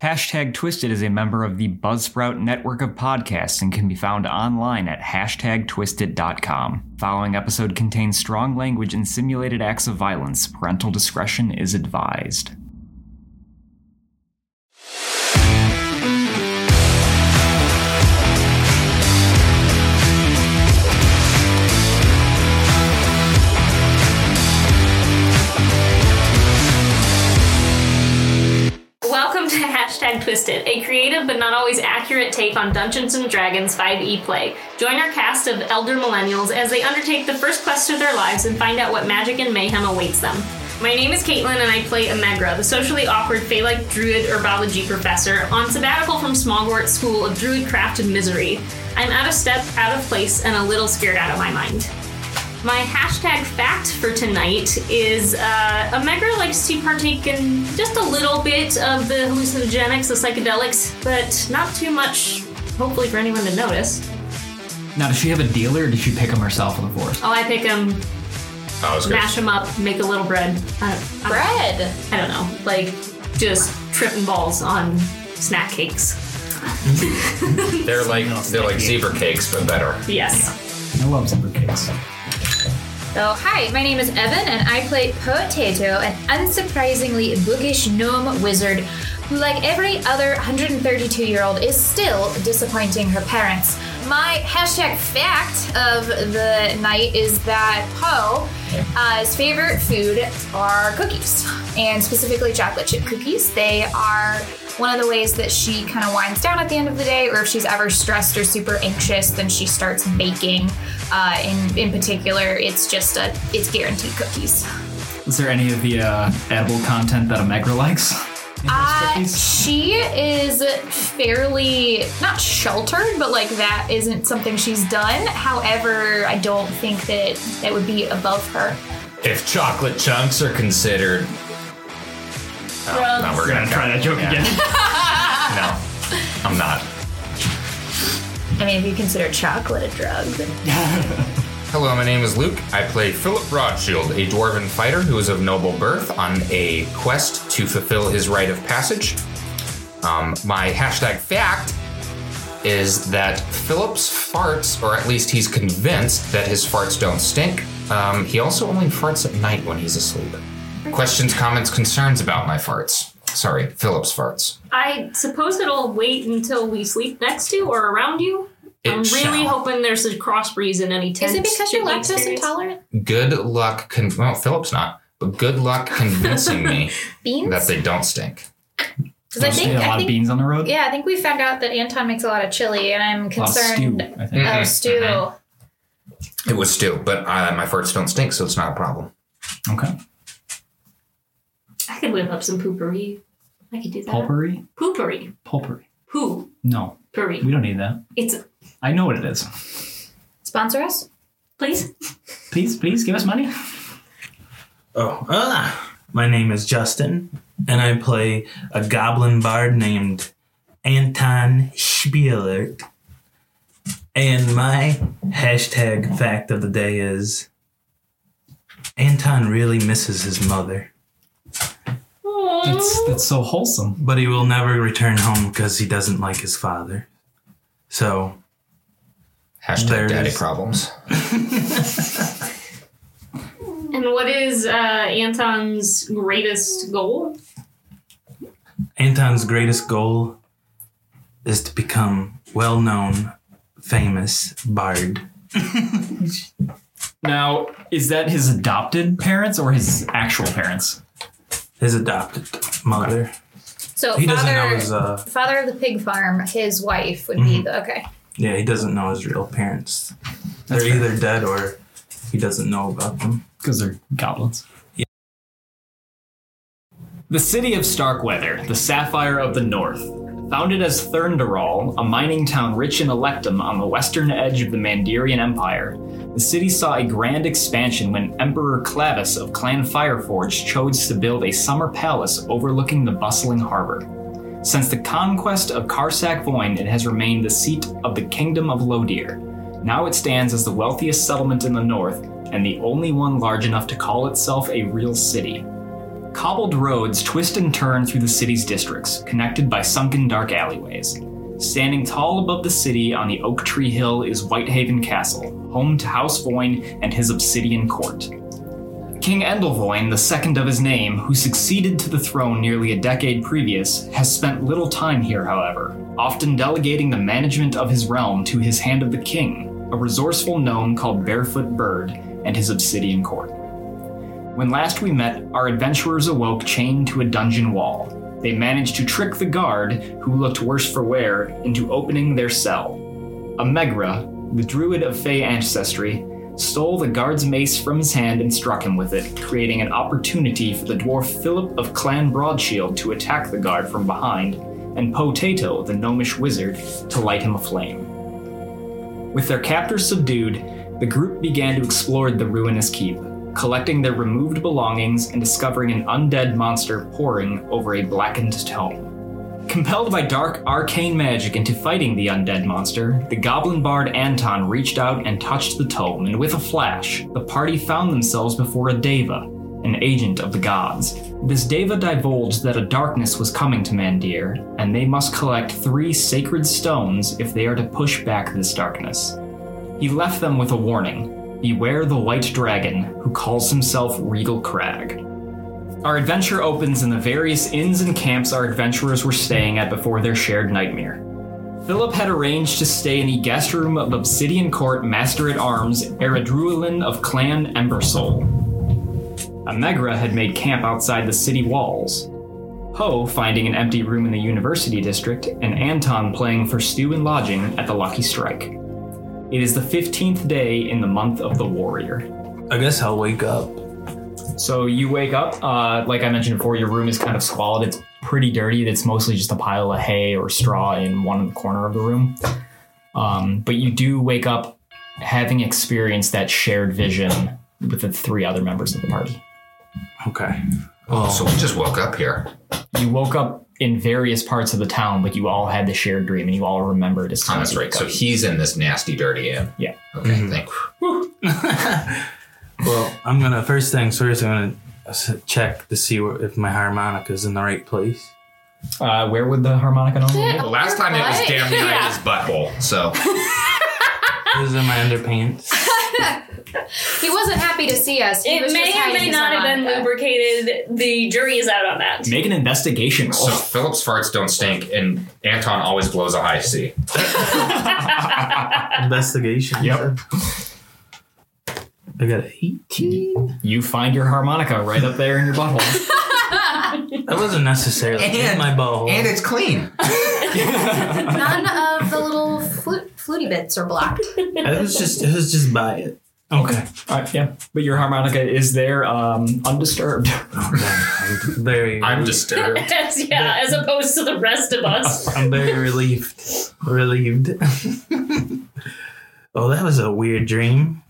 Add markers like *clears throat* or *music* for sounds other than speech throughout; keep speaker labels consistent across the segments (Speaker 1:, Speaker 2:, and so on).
Speaker 1: Hashtag Twisted is a member of the Buzzsprout network of podcasts and can be found online at hashtagtwisted.com. Following episode contains strong language and simulated acts of violence. Parental discretion is advised.
Speaker 2: Welcome to Hashtag Twisted, a creative but not always accurate take on Dungeons & Dragons 5e play. Join our cast of elder millennials as they undertake the first quest of their lives and find out what magic and mayhem awaits them. My name is Caitlin and I play Amegra, the socially awkward Fey-like druid herbology professor on sabbatical from Smogwort School of Druidcraft and Misery. I'm out of step, out of place, and a little scared out of my mind. My hashtag fact for tonight is uh, Omegra likes to partake in just a little bit of the hallucinogenics, the psychedelics, but not too much, hopefully, for anyone to notice.
Speaker 3: Now, does she have a dealer or did she pick him herself in the forest?
Speaker 2: Oh, I pick them,
Speaker 4: I was gonna
Speaker 2: mash them up, make a little bread. I don't, I,
Speaker 5: Bread.
Speaker 2: I don't know, like just tripping balls on snack cakes.
Speaker 4: They're like they're like zebra cakes, but better.
Speaker 2: Yes.
Speaker 3: I love zebra cakes.
Speaker 5: So, hi, my name is Evan, and I play Potato, an unsurprisingly bookish gnome wizard who, like every other 132 year old, is still disappointing her parents. My hashtag fact of the night is that Poe's Uh, favorite food are cookies, and specifically chocolate chip cookies. They are one of the ways that she kind of winds down at the end of the day, or if she's ever stressed or super anxious, then she starts baking. Uh, in in particular, it's just a it's guaranteed cookies.
Speaker 3: Is there any of the uh, edible content that Omegra likes? In those
Speaker 5: Uh,
Speaker 3: cookies?
Speaker 5: she is fairly not sheltered, but like that isn't something she's done. However, I don't think that that would be above her.
Speaker 4: If chocolate chunks are considered, oh, no, we're gonna
Speaker 3: Try that joke
Speaker 4: Yeah.
Speaker 3: again.
Speaker 4: *laughs* No, I'm not.
Speaker 5: I mean, if you consider chocolate a drug, then
Speaker 4: Hello, my name is Luke. I play Philip Broadshield, a dwarven fighter who is of noble birth, on a quest to fulfill his rite of passage. Um, my hashtag fact is that Philip's farts, or at least he's convinced that his farts don't stink. Um, he also only farts at night when he's asleep. Questions, comments, concerns about my farts. Sorry, Philip's farts.
Speaker 2: I suppose it'll wait until we sleep next to or around you.
Speaker 4: It
Speaker 2: I'm really
Speaker 4: shall.
Speaker 2: hoping there's a cross breeze in any tent.
Speaker 5: is it because you're
Speaker 2: that we
Speaker 5: lactose
Speaker 2: experience.
Speaker 5: intolerant?
Speaker 4: Good luck. Con- well, Philip's not, but good luck convincing me that
Speaker 5: Beans?
Speaker 4: they don't stink.
Speaker 5: Because I
Speaker 3: Mostly
Speaker 5: think
Speaker 3: a lot
Speaker 5: I
Speaker 3: of
Speaker 5: think
Speaker 3: beans on the road.
Speaker 5: yeah, I think we found out that Anton makes a lot of chili, and I'm
Speaker 3: A lot of stew.
Speaker 5: concerned.
Speaker 3: I think.
Speaker 5: Oh,
Speaker 4: Mhm,
Speaker 5: stew.
Speaker 4: mhm.
Speaker 2: Mm-hmm.
Speaker 4: It was stew, but uh, my farts don't stink, so it's not a problem.
Speaker 3: Okay.
Speaker 2: I could whip up some poopery. I could do that.
Speaker 3: Pulpery.
Speaker 2: Poopery. Mm.
Speaker 3: Pulpery.
Speaker 2: Poo.
Speaker 3: No, we
Speaker 2: Poopery.
Speaker 3: don't need that.
Speaker 2: It's
Speaker 3: I know what it is.
Speaker 5: Sponsor us.
Speaker 2: please.
Speaker 3: Please, please give us money.
Speaker 6: Oh, ah. my name is Justin, and I play a goblin bard named Anton Spieler. And my hashtag fact of the day is Anton really misses his mother,
Speaker 3: That's that's so wholesome.
Speaker 6: but he will never return home because he doesn't like his father. So
Speaker 4: Hashtag
Speaker 6: There it
Speaker 4: daddy
Speaker 6: is.
Speaker 4: problems.
Speaker 2: And what is uh, Anton's greatest goal?
Speaker 6: Anton's greatest goal is to become well known, famous bard.
Speaker 3: Now, is that his adopted parents or his actual parents?
Speaker 6: His adopted mother.
Speaker 5: So
Speaker 6: He doesn't
Speaker 5: father,
Speaker 6: know his uh
Speaker 5: father of the pig farm, his wife would be the okay.
Speaker 6: yeah, he doesn't know his real parents. They're
Speaker 3: That's fair.
Speaker 6: either dead or he doesn't know about them.
Speaker 3: Because they're goblins.
Speaker 6: Yeah.
Speaker 3: The city of Starkweather, the sapphire of the north. Founded as Thurndaral, a mining town rich in electum on the western edge of the Mandirian Empire, the city saw a grand expansion when Emperor Clavis of Clan Fireforge chose to build a summer palace overlooking the bustling harbor. Since the conquest of Karsak Voin, it has remained the seat of the Kingdom of Lodir. Now it stands as the wealthiest settlement in the north and the only one large enough to call itself a real city. Cobbled roads twist and turn through the city's districts, connected by sunken dark alleyways. Standing tall above the city on the Oak Tree Hill is Whitehaven Castle, home to House Voyne and his obsidian court. King Endelvoin, the second of his name, who succeeded to the throne nearly a decade previous, has spent little time here, however, often delegating the management of his realm to his Hand of the King, a resourceful gnome called Barefoot Bird, and his obsidian court. When last we met, our adventurers awoke chained to a dungeon wall. They managed to trick the guard, who looked worse for wear, into opening their cell. Amegra, the druid of Fey ancestry, stole the guard's mace from his hand and struck him with it, creating an opportunity for the dwarf Philip of Clan Broadshield to attack the guard from behind, and Potato, the gnomish wizard, to light him aflame. With their captors subdued, the group began to explore the ruinous keep, collecting their removed belongings and discovering an undead monster poring over a blackened tome. Compelled by dark arcane magic into fighting the undead monster, the goblin bard Anton reached out and touched the tome, and with a flash, the party found themselves before a deva, an agent of the gods. This deva divulged that a darkness was coming to Mandir, and they must collect three sacred stones if they are to push back this darkness. He left them with a warning Beware the white dragon, who calls himself Regal Crag. Our adventure opens in the various inns and camps our adventurers were staying at before their shared nightmare. Philip had arranged to stay in the guest room of Obsidian Court Master at Arms, Eredruelin of Clan Embersoul. Amegra had made camp outside the city walls. Poe finding an empty room in the university district, and Anton playing for stew and lodging at the Lucky Strike. It is the 15th day in the month of the warrior.
Speaker 6: I guess I'll wake up.
Speaker 3: So you wake up, uh, like I mentioned before, your room is kind of squalid. It's pretty dirty. It's mostly just a pile of hay or straw in one corner of the room. Um, but you do wake up having experienced that shared vision with the three other members of the party.
Speaker 6: Okay. Oh.
Speaker 4: So we just woke up here.
Speaker 3: You woke up in various parts of the town, but you all had the shared dream and you all remembered as
Speaker 4: Oh,
Speaker 3: time.
Speaker 4: that's
Speaker 3: you
Speaker 4: right.
Speaker 3: woke
Speaker 4: So
Speaker 3: up.
Speaker 4: he's in this nasty, dirty inn.
Speaker 3: Yeah.
Speaker 4: Okay,
Speaker 6: Mm-hmm.
Speaker 4: thank
Speaker 6: Well, I'm gonna first things first. I'm gonna s- check to see where, if my harmonica's in the right place.
Speaker 3: uh, where would the harmonica normally be?
Speaker 4: Well, last time it was
Speaker 5: What?
Speaker 4: damn near
Speaker 2: Yeah.
Speaker 4: in his butthole. *laughs* So
Speaker 6: Is in my underpants.
Speaker 5: He wasn't happy to see us. He
Speaker 2: It
Speaker 5: was
Speaker 2: may
Speaker 5: just
Speaker 2: or
Speaker 5: hiding
Speaker 2: may
Speaker 5: his
Speaker 2: not have been
Speaker 5: harmonica.
Speaker 2: lubricated. The jury is out on *laughs* that.
Speaker 3: Make an investigation roll.
Speaker 4: So Philip's farts don't stink, and Anton always blows a high C.
Speaker 6: *laughs* Investigation. you
Speaker 3: Yep.
Speaker 6: said? I got an 18.
Speaker 3: you find your harmonica right up there in your butthole.
Speaker 6: That wasn't necessarily in
Speaker 4: And-
Speaker 6: my bowl.
Speaker 4: And it's clean.
Speaker 5: None of the little flute, fluty bits are blocked.
Speaker 6: It was just it was just by it. Okay.
Speaker 3: All right, yeah. But your harmonica is there um, undisturbed. *laughs*
Speaker 6: I'm *laughs* very
Speaker 4: I'm disturbed.
Speaker 2: As, yeah, as opposed to the rest of us. *laughs*
Speaker 6: I'm very relieved. Relieved. oh, that was a weird dream.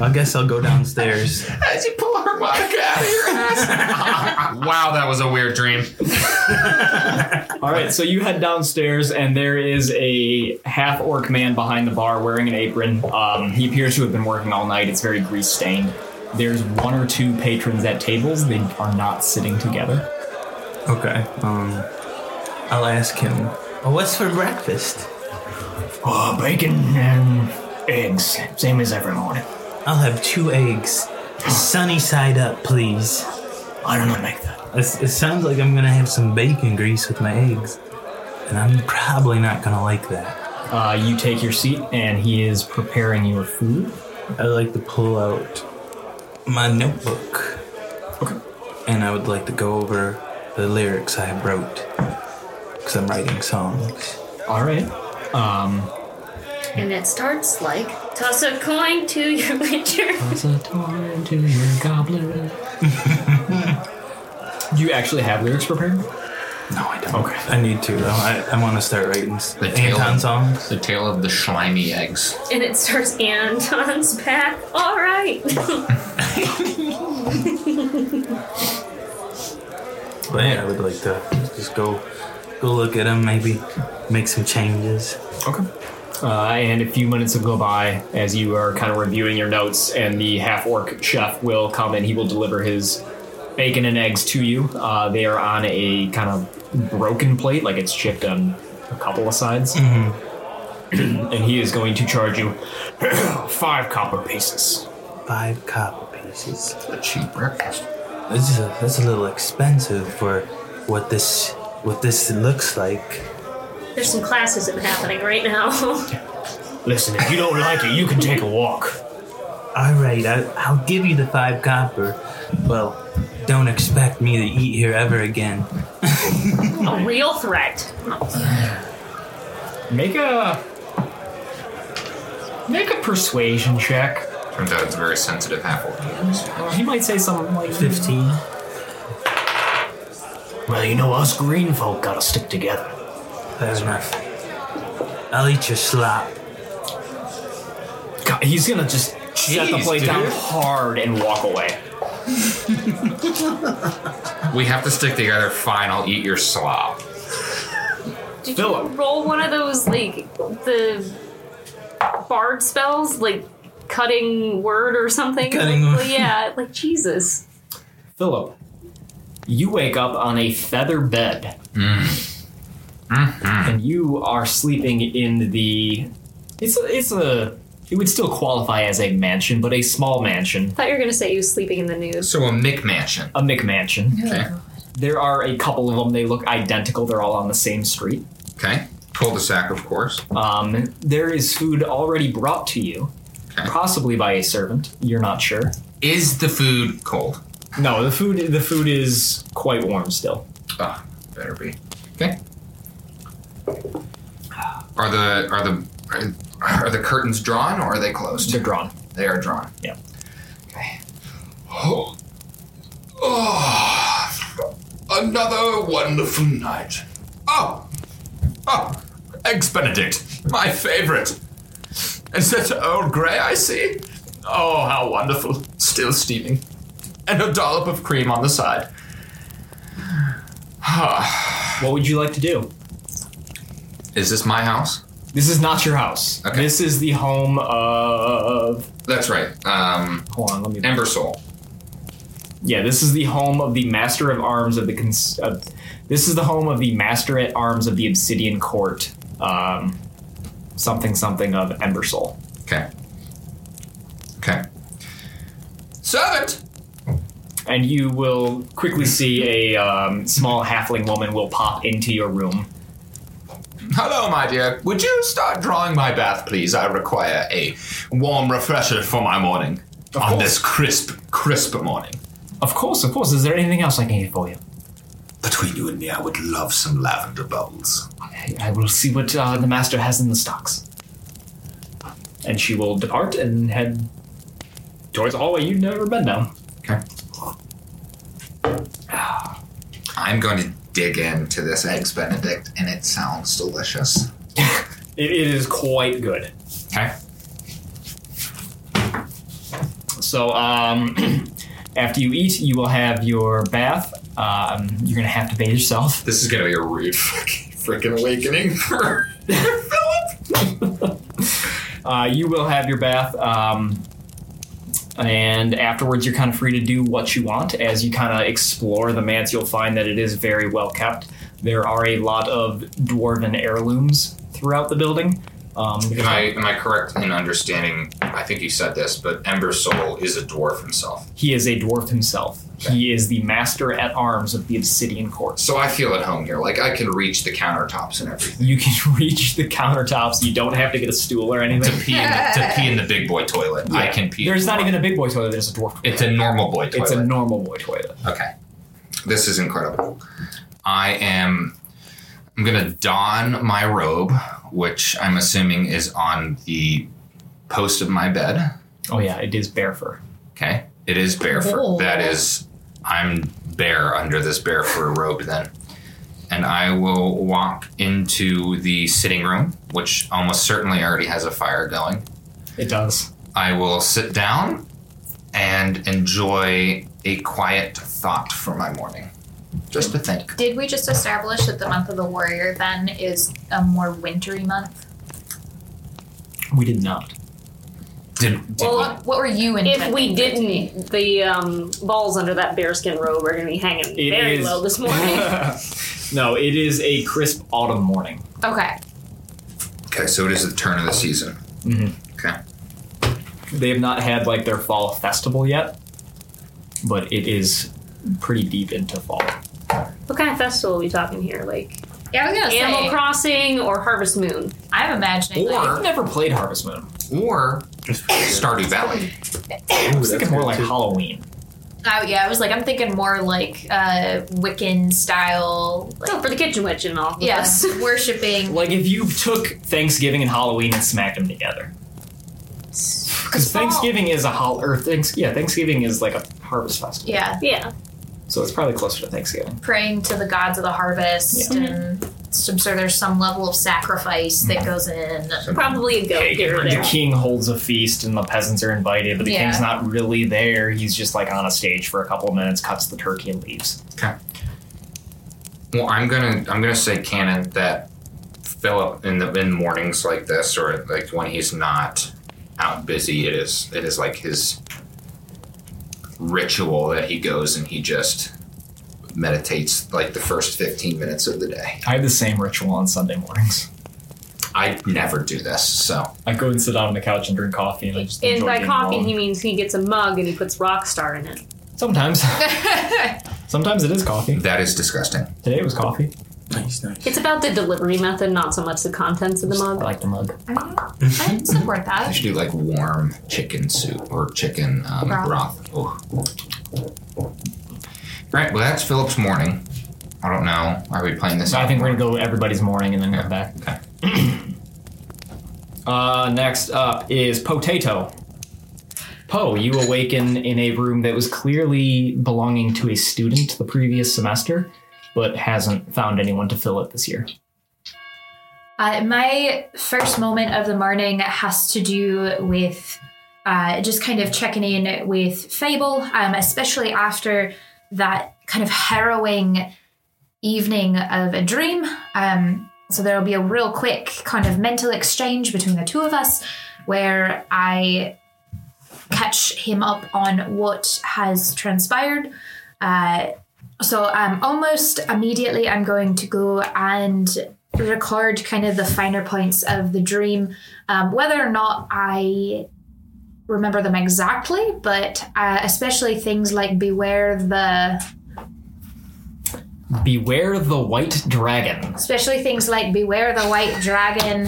Speaker 6: I guess I'll go downstairs.
Speaker 4: *laughs* As you pull a harmonica out of your ass. *laughs* wow, that was a weird dream.
Speaker 3: All right, so you head downstairs, and there is a half orc man behind the bar wearing an apron. Um, he appears to have been working all night. It's very grease stained. There's one or two patrons at tables. They are not sitting together.
Speaker 6: Okay. Um, I'll ask him. "Oh, what's for breakfast?
Speaker 3: Uh, bacon and eggs, same as every morning.
Speaker 6: I'll have two eggs, sunny side up, please.
Speaker 3: I don't know make that.
Speaker 6: It's, it sounds like I'm gonna have some bacon grease with my eggs, and I'm probably not gonna like that.
Speaker 3: Uh, you take your seat, and he is preparing your food.
Speaker 6: I would like to pull out my notebook,
Speaker 3: Okay.
Speaker 6: and I would like to go over the lyrics I have wrote, because I'm writing songs.
Speaker 3: All right.
Speaker 5: And it starts like
Speaker 2: Toss a coin to your *laughs* witcher.
Speaker 3: *laughs* Do you actually have lyrics prepared?
Speaker 6: No, I don't.
Speaker 3: Okay.
Speaker 6: I need to though. I, I want to start writing s-
Speaker 4: The tail
Speaker 6: Anton
Speaker 4: end.
Speaker 6: songs.
Speaker 4: The tale of the slimy eggs.
Speaker 2: And it starts Anton's back. All right.
Speaker 6: But yeah, I would like to just go go look at them, maybe make some changes.
Speaker 3: Okay. Uh, and a few minutes will go by as you are kind of reviewing your notes, and the half orc chef will come and he will deliver his bacon and eggs to you. Uh, they are on a kind of broken plate, like it's chipped on a couple of sides. and he is going to charge you *clears throat* five copper pieces.
Speaker 6: Five copper pieces.
Speaker 4: A cheap breakfast.
Speaker 6: This is a, that's a little expensive for what this what this looks like.
Speaker 2: There's some classism happening right now. *laughs*
Speaker 3: Listen, if you don't like it, you can take a walk.
Speaker 6: All right, I, I'll give you the five copper. Well, don't expect me to eat here ever again.
Speaker 2: a real threat.
Speaker 3: Make a make a persuasion check.
Speaker 4: Turns out it's a very sensitive half orc.
Speaker 3: He might say something like,
Speaker 6: Fifteen.
Speaker 3: "Well, you know, us green folk gotta stick together."
Speaker 6: Fair enough. I'll eat your slop.
Speaker 3: God, he's gonna just set the
Speaker 4: Jeez,
Speaker 3: plate down
Speaker 4: dude.
Speaker 3: hard and walk away.
Speaker 4: We have to stick together. Fine, I'll eat your slop.
Speaker 2: Did
Speaker 3: Philip.
Speaker 2: you roll one of those like the bard spells, like cutting word or something?
Speaker 6: Cutting
Speaker 2: Like,
Speaker 6: word.
Speaker 2: Yeah, like Jesus.
Speaker 3: Philip, you wake up on a feather bed.
Speaker 4: Mm-hmm.
Speaker 3: And you are sleeping in the. It's a, it's a. It would still qualify as a mansion, but a small mansion,
Speaker 2: Thought you were gonna say you was sleeping in the nude.
Speaker 4: So a McMansion.
Speaker 3: a McMansion.
Speaker 4: Okay.
Speaker 3: There are a couple of them. They look identical. They're all on the same street.
Speaker 4: Okay. Cul-de-sac, of course.
Speaker 3: Um, there is food already brought to you,
Speaker 4: Okay.
Speaker 3: possibly by a servant. You're not sure.
Speaker 4: Is the food cold?
Speaker 3: No, the food. The food is quite warm still.
Speaker 4: Ah, better be. Okay. Are the are the are the curtains drawn or are they closed?
Speaker 3: They're drawn.
Speaker 4: They are drawn.
Speaker 3: Yeah.
Speaker 4: Okay. Oh. Oh. Another wonderful night. Oh. Oh. Eggs Benedict, my favorite. And such an old grey, I see. Oh, how wonderful. Still steaming. And a dollop of cream on the side. Ah,
Speaker 3: What would you like to do?
Speaker 4: Is this my house?
Speaker 3: This is not your house.
Speaker 4: Okay.
Speaker 3: This is the home of.
Speaker 4: That's right. Um,
Speaker 3: Hold on, let me.
Speaker 4: Ember Soul.
Speaker 3: Yeah, this is the home of the Master of Arms of the. Cons- of, this is the home of the Master at Arms of the Obsidian Court. Um, something something of Embersoul.
Speaker 4: Okay. Okay. Servant!
Speaker 3: And you will quickly see a um, small halfling woman will pop into your room.
Speaker 4: Hello, my dear. Would you start drawing my bath, please? I require a warm refresher for my morning.
Speaker 3: Of
Speaker 4: on
Speaker 3: course.
Speaker 4: this crisp, crisp morning.
Speaker 3: Of course, of course. Is there anything else I can do for you?
Speaker 4: Between you and me, I would love some lavender bubbles.
Speaker 3: I- I will see what uh, the master has in the stocks. And she will depart and head towards the hallway you've never been down.
Speaker 4: Okay. I'm going to dig into this Eggs Benedict, and it sounds delicious.
Speaker 3: It, it is quite good.
Speaker 4: Okay.
Speaker 3: So, um, *clears throat* after you eat, you will have your bath. Um, you're going to have to bathe yourself.
Speaker 4: This is going to be a rude fucking *laughs* freaking awakening *laughs* for Philip.
Speaker 3: Uh, you will have your bath. Um, and afterwards, you're kind of free to do what you want. As you kind of explore the manse, you'll find that it is very well kept. There are a lot of dwarven heirlooms throughout the building. Um,
Speaker 4: Am I, am I correct in understanding? I think you said this, but Ember Soul is a dwarf himself.
Speaker 3: he is a dwarf himself. He is the master at arms of the Obsidian Court.
Speaker 4: So I feel at home here. Like I can reach the countertops and everything.
Speaker 3: You can *laughs* reach the countertops. You don't have to get a stool or anything.
Speaker 4: pee in the, to pee in the big boy toilet. I can pee.
Speaker 3: There's not even a big boy toilet. There's a dwarf.
Speaker 4: It's a normal boy toilet.
Speaker 3: It's a normal boy toilet.
Speaker 4: okay. This is incredible. I am. I'm gonna don my robe, which I'm assuming is on the post of my bed.
Speaker 3: Oh yeah, it is bear fur.
Speaker 4: Okay. It is bear fur.
Speaker 5: Oh.
Speaker 4: That is, I'm bare under this bear fur robe then. And I will walk into the sitting room, which almost certainly already has a fire going.
Speaker 3: It does.
Speaker 4: I will sit down and enjoy a quiet thought for my morning. Just to think.
Speaker 5: Did we just establish that the month of the warrior then is a more wintry month?
Speaker 3: We did not.
Speaker 4: Did, did
Speaker 2: Well,
Speaker 5: What were you in?
Speaker 2: If we didn't, the um, balls under that bearskin robe are going to be hanging
Speaker 3: It
Speaker 2: very
Speaker 3: is-
Speaker 2: low this morning.
Speaker 3: *laughs* no, it is a crisp autumn morning.
Speaker 5: Okay.
Speaker 4: okay, so it is the turn of the season. Okay.
Speaker 3: They have not had like their fall festival yet, but it is pretty deep into fall.
Speaker 2: what kind of festival are we talking here? Like
Speaker 5: Yeah, I was gonna
Speaker 2: Animal
Speaker 5: say.
Speaker 2: Crossing or Harvest Moon?
Speaker 5: I'm imagining.
Speaker 4: Or-
Speaker 5: Like,
Speaker 3: I've never played Harvest Moon.
Speaker 4: Or Stardew Valley.
Speaker 3: I was thinking more like Halloween.
Speaker 5: *laughs* I, yeah, I was like, I'm thinking more like uh, Wiccan style. Like,
Speaker 2: Oh, for the kitchen witch and all.
Speaker 5: yes, *laughs* worshiping.
Speaker 3: Like if you took Thanksgiving and Halloween and smacked them together. Because
Speaker 5: fall-
Speaker 3: Thanksgiving is a hol or thanks yeah Thanksgiving is like a harvest festival,
Speaker 5: Yeah,
Speaker 2: Yeah.
Speaker 3: so it's probably closer to Thanksgiving.
Speaker 5: praying to the gods of the harvest, and some sure there's some level of sacrifice that goes in.
Speaker 2: Probably a goat here or
Speaker 3: the
Speaker 2: there.
Speaker 3: king holds a feast and the peasants are invited, but the
Speaker 5: Yeah.
Speaker 3: king's not really there. He's just like on a stage for a couple of minutes, cuts the turkey and leaves.
Speaker 4: Well, I'm gonna I'm gonna say canon that Philip in the in mornings like this or like when he's not out busy, it is it is like his ritual that he goes and he just meditates like the first 15 minutes of the day.
Speaker 3: I have the same ritual on Sunday mornings.
Speaker 4: I never do this, so
Speaker 3: I go and sit down on the couch and drink coffee, and I just
Speaker 2: And
Speaker 3: enjoy
Speaker 2: by
Speaker 3: being
Speaker 2: coffee,
Speaker 3: alone.
Speaker 2: he means he gets a mug and he puts Rockstar in it. *laughs*
Speaker 3: sometimes sometimes it is coffee.
Speaker 4: that is disgusting.
Speaker 3: Today it was coffee.
Speaker 6: Nice, nice.
Speaker 2: It's about the delivery method, not so much the contents of the
Speaker 3: I
Speaker 2: mug.
Speaker 3: like the mug.
Speaker 5: I can support
Speaker 4: I
Speaker 5: that.
Speaker 4: should do like warm chicken soup or chicken um,
Speaker 5: Broth.
Speaker 4: broth. Ooh. All right, well that's Philip's morning. I don't know. Are we playing this?
Speaker 3: So I think we're gonna go everybody's morning and then
Speaker 4: Yeah.
Speaker 3: come back. Okay. *clears throat* uh, next up is Potato. Poe, you awaken in a room that was clearly belonging to a student the previous semester, but hasn't found anyone to fill it this year.
Speaker 5: Uh, my first moment of the morning has to do with uh, just kind of checking in with Fable, um, especially after that kind of harrowing evening of a dream. Um, so there will be a real quick kind of mental exchange between the two of us where I catch him up on what has transpired. Uh, so um, almost immediately, I'm going to go and record kind of the finer points of the dream, um, whether or not I remember them exactly, but uh, especially things like beware the,
Speaker 3: Beware the white dragon.
Speaker 5: especially things like beware the white dragon,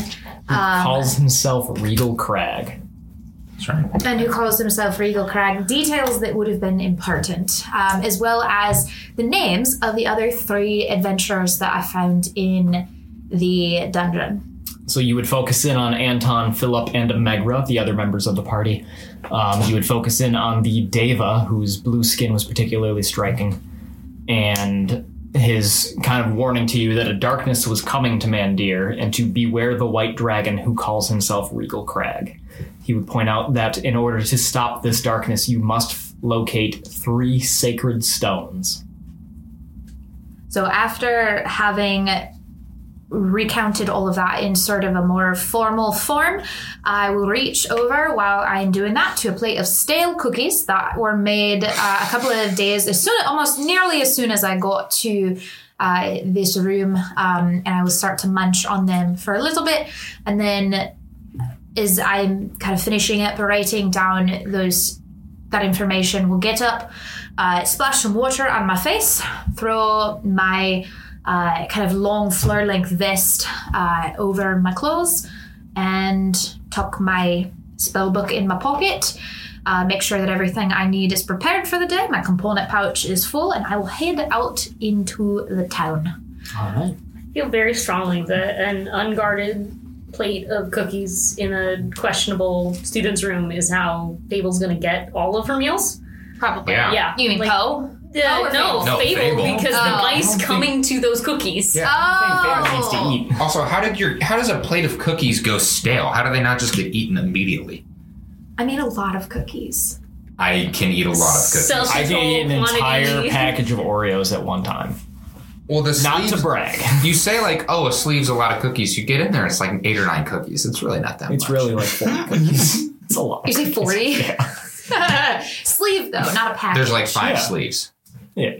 Speaker 5: um,
Speaker 3: calls himself Regal Crag.
Speaker 5: and who calls himself Regal Crag, details that would have been important, um, as well as the names of the other three adventurers that I found in the dungeon.
Speaker 3: So you would focus in on Anton, Philip, and Megra, the other members of the party. Um, you would focus in on the Deva, whose blue skin was particularly striking, and his kind of warning to you that a darkness was coming to Mandir, and to beware the white dragon who calls himself Regal Crag. He would point out that in order to stop this darkness, you must f- locate three sacred stones.
Speaker 5: So after having recounted all of that in sort of a more formal form, I will reach over while I'm doing that to a plate of stale cookies that were made uh, a couple of days as soon, almost nearly as soon as I got to. Uh, this room, um, and I will start to munch on them for a little bit, and then as I'm kind of finishing up writing down those that information, we'll get up, uh, splash some water on my face, throw my uh, kind of long floor length vest uh, over my clothes, and tuck my spell book in my pocket. Uh, make sure that everything I need is prepared for the day. My component pouch is full, and I will head out into the town.
Speaker 3: All right.
Speaker 2: I feel very strongly that an unguarded plate of cookies in a questionable student's room is how Fable's going to get all of her meals.
Speaker 5: Probably.
Speaker 4: Yeah.
Speaker 2: Yeah.
Speaker 5: You mean
Speaker 2: like,
Speaker 5: Poe?
Speaker 2: Uh,
Speaker 5: Poe
Speaker 2: no,
Speaker 5: or Fable?
Speaker 4: No,
Speaker 2: Fable,
Speaker 4: Fable.
Speaker 2: because the
Speaker 5: Oh.
Speaker 3: I don't
Speaker 2: mice
Speaker 3: think-
Speaker 2: coming to those cookies.
Speaker 4: Yeah.
Speaker 3: Fair needs to
Speaker 5: Oh.
Speaker 3: eat.
Speaker 4: Also, how did your how does a plate of cookies go stale? How do they not just get eaten immediately?
Speaker 5: I made a lot of cookies.
Speaker 4: I can eat a lot of cookies.
Speaker 2: So-
Speaker 3: I can eat an entire
Speaker 2: Quantity. *laughs*
Speaker 3: package of Oreos at one time.
Speaker 4: well, the
Speaker 3: Not
Speaker 4: sleeves,
Speaker 3: to brag.
Speaker 4: You say like, oh, a sleeve's a lot of cookies. You get in there, it's like eight or nine cookies. It's really not that
Speaker 3: It's
Speaker 4: much.
Speaker 3: really like four cookies. It's a lot.
Speaker 5: You
Speaker 4: *laughs*
Speaker 5: say 40? *laughs* Sleeve, though, not a pack.
Speaker 4: There's like five
Speaker 3: Yeah.
Speaker 4: sleeves,
Speaker 3: Yeah.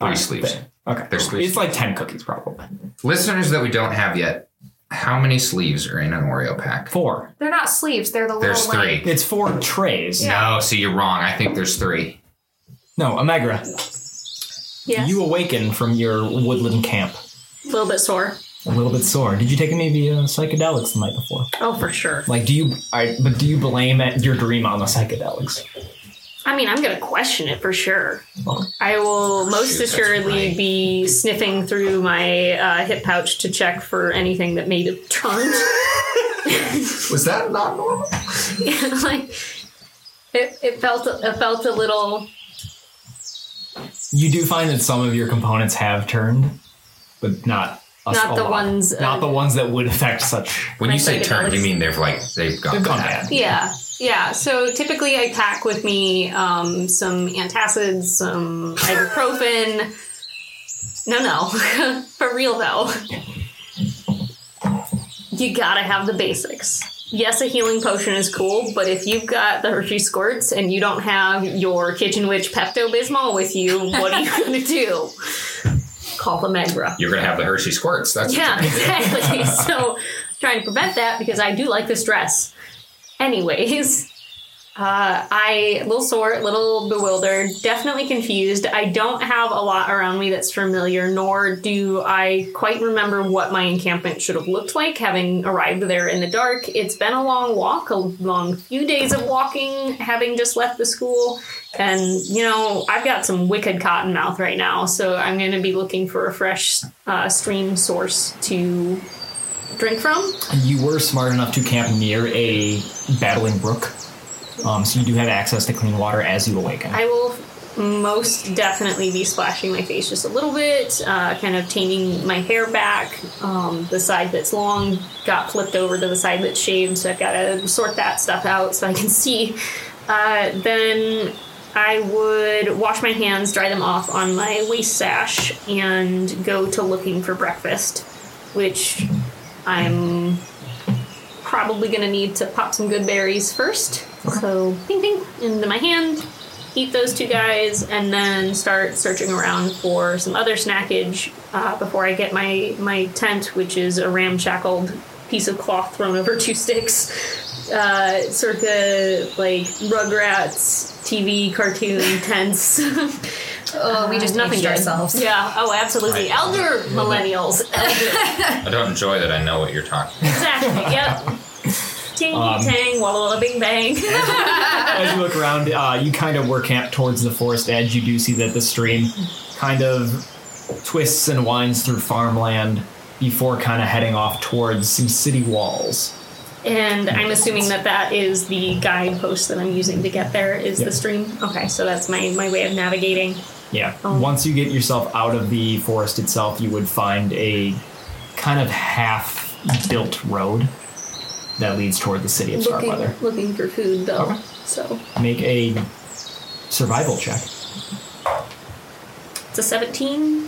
Speaker 4: three sleeves.
Speaker 3: Okay.
Speaker 4: There's three.
Speaker 3: It's like 10 cookies, probably.
Speaker 4: Listeners that we don't have yet, how many sleeves are in an Oreo pack?
Speaker 3: Four.
Speaker 5: They're not sleeves, they're the
Speaker 4: There's
Speaker 5: little
Speaker 4: three.
Speaker 3: It's four trays.
Speaker 4: No, see, you're wrong. I think there's three.
Speaker 3: No, Allegra,
Speaker 2: Yes.
Speaker 3: you awaken from your woodland camp.
Speaker 2: a little bit sore.
Speaker 3: A little bit sore. Did you take any of the uh, psychedelics the night before?
Speaker 2: Oh, for sure.
Speaker 3: Like, do you? I, but do you blame it- your dream on the psychedelics?
Speaker 2: I mean, I'm going to question it for sure.
Speaker 3: Okay.
Speaker 2: I will most
Speaker 4: Oh, Shoot, that's
Speaker 2: assuredly
Speaker 4: right.
Speaker 2: be sniffing through my uh, hip pouch to check for anything that may have turned.
Speaker 4: Was that not normal?
Speaker 2: *laughs* like, it, it felt it felt a little.
Speaker 3: You do find that some of your components have turned, but not a,
Speaker 2: Not
Speaker 3: a
Speaker 2: the
Speaker 3: lot.
Speaker 2: ones, uh,
Speaker 3: not the ones that would affect such.
Speaker 4: When
Speaker 2: My
Speaker 4: you say turn,
Speaker 2: psychedelics.
Speaker 4: you mean they've like they've gone,
Speaker 3: They've gone bad.
Speaker 2: Yeah, yeah. So typically, I pack with me um, some antacids, some ibuprofen. No, no, *laughs* for real though. You gotta have the basics. Yes, a healing potion is cool, but if you've got the Hershey squirts and you don't have your kitchen witch Pepto Bismol with you, what are you gonna do? Call the Megra.
Speaker 4: You're gonna have the Hershey squirts. That's
Speaker 2: Yeah, *laughs* exactly. so trying to prevent that because I do like this dress. Anyways, uh, I little sore, little bewildered, definitely confused. I don't have a lot around me that's familiar, nor do I quite remember what my encampment should have looked like. Having arrived there in the dark, it's been a long walk, a long few days of walking, having just left the school, and you know I've got some wicked cotton mouth right now, so I'm going to be looking for a fresh uh, stream source to drink from.
Speaker 3: You were smart enough to camp near a battling brook, um, so you do have access to clean water as you awaken.
Speaker 2: I will most definitely be splashing my face just a little bit, uh, kind of taming my hair back. Um, the side that's long got flipped over to the side that's shaved, so I've got to sort that stuff out so I can *laughs* see. Uh, then I would wash my hands, dry them off on my waist sash, and go to looking for breakfast, which I'm probably going to need to pop some good berries first. So, ping, ping, into my hand, eat those two guys, and then start searching around for some other snackage uh, before I get my, my tent, which is a ramshackled piece of cloth thrown over two sticks. Uh, circa like Rugrats TV cartoon tents. *laughs*
Speaker 5: three. Oh, we just nothing
Speaker 2: Nothing good.
Speaker 5: ourselves.
Speaker 2: Yeah. Oh, absolutely.
Speaker 4: Right.
Speaker 2: Elder millennials.
Speaker 4: I don't enjoy that. I know what you're talking.
Speaker 2: exactly. Yep. Ting tang, walla walla, bing bang.
Speaker 3: as you look around, uh, you kind of work camp towards the forest edge. You do see that the stream kind of twists and winds through farmland before kind of heading off towards some city walls.
Speaker 2: And I'm assuming that that is the guidepost that I'm using to get there is
Speaker 3: Yeah.
Speaker 2: the stream. Okay, so that's my, my way of navigating.
Speaker 3: Yeah.
Speaker 2: Oh.
Speaker 3: Once you get yourself out of the forest itself, you would find a kind of half built road that leads toward the city of Starkweather.
Speaker 2: Looking, looking for food though.
Speaker 3: Okay.
Speaker 2: So
Speaker 3: Make a survival check.
Speaker 2: it's a 17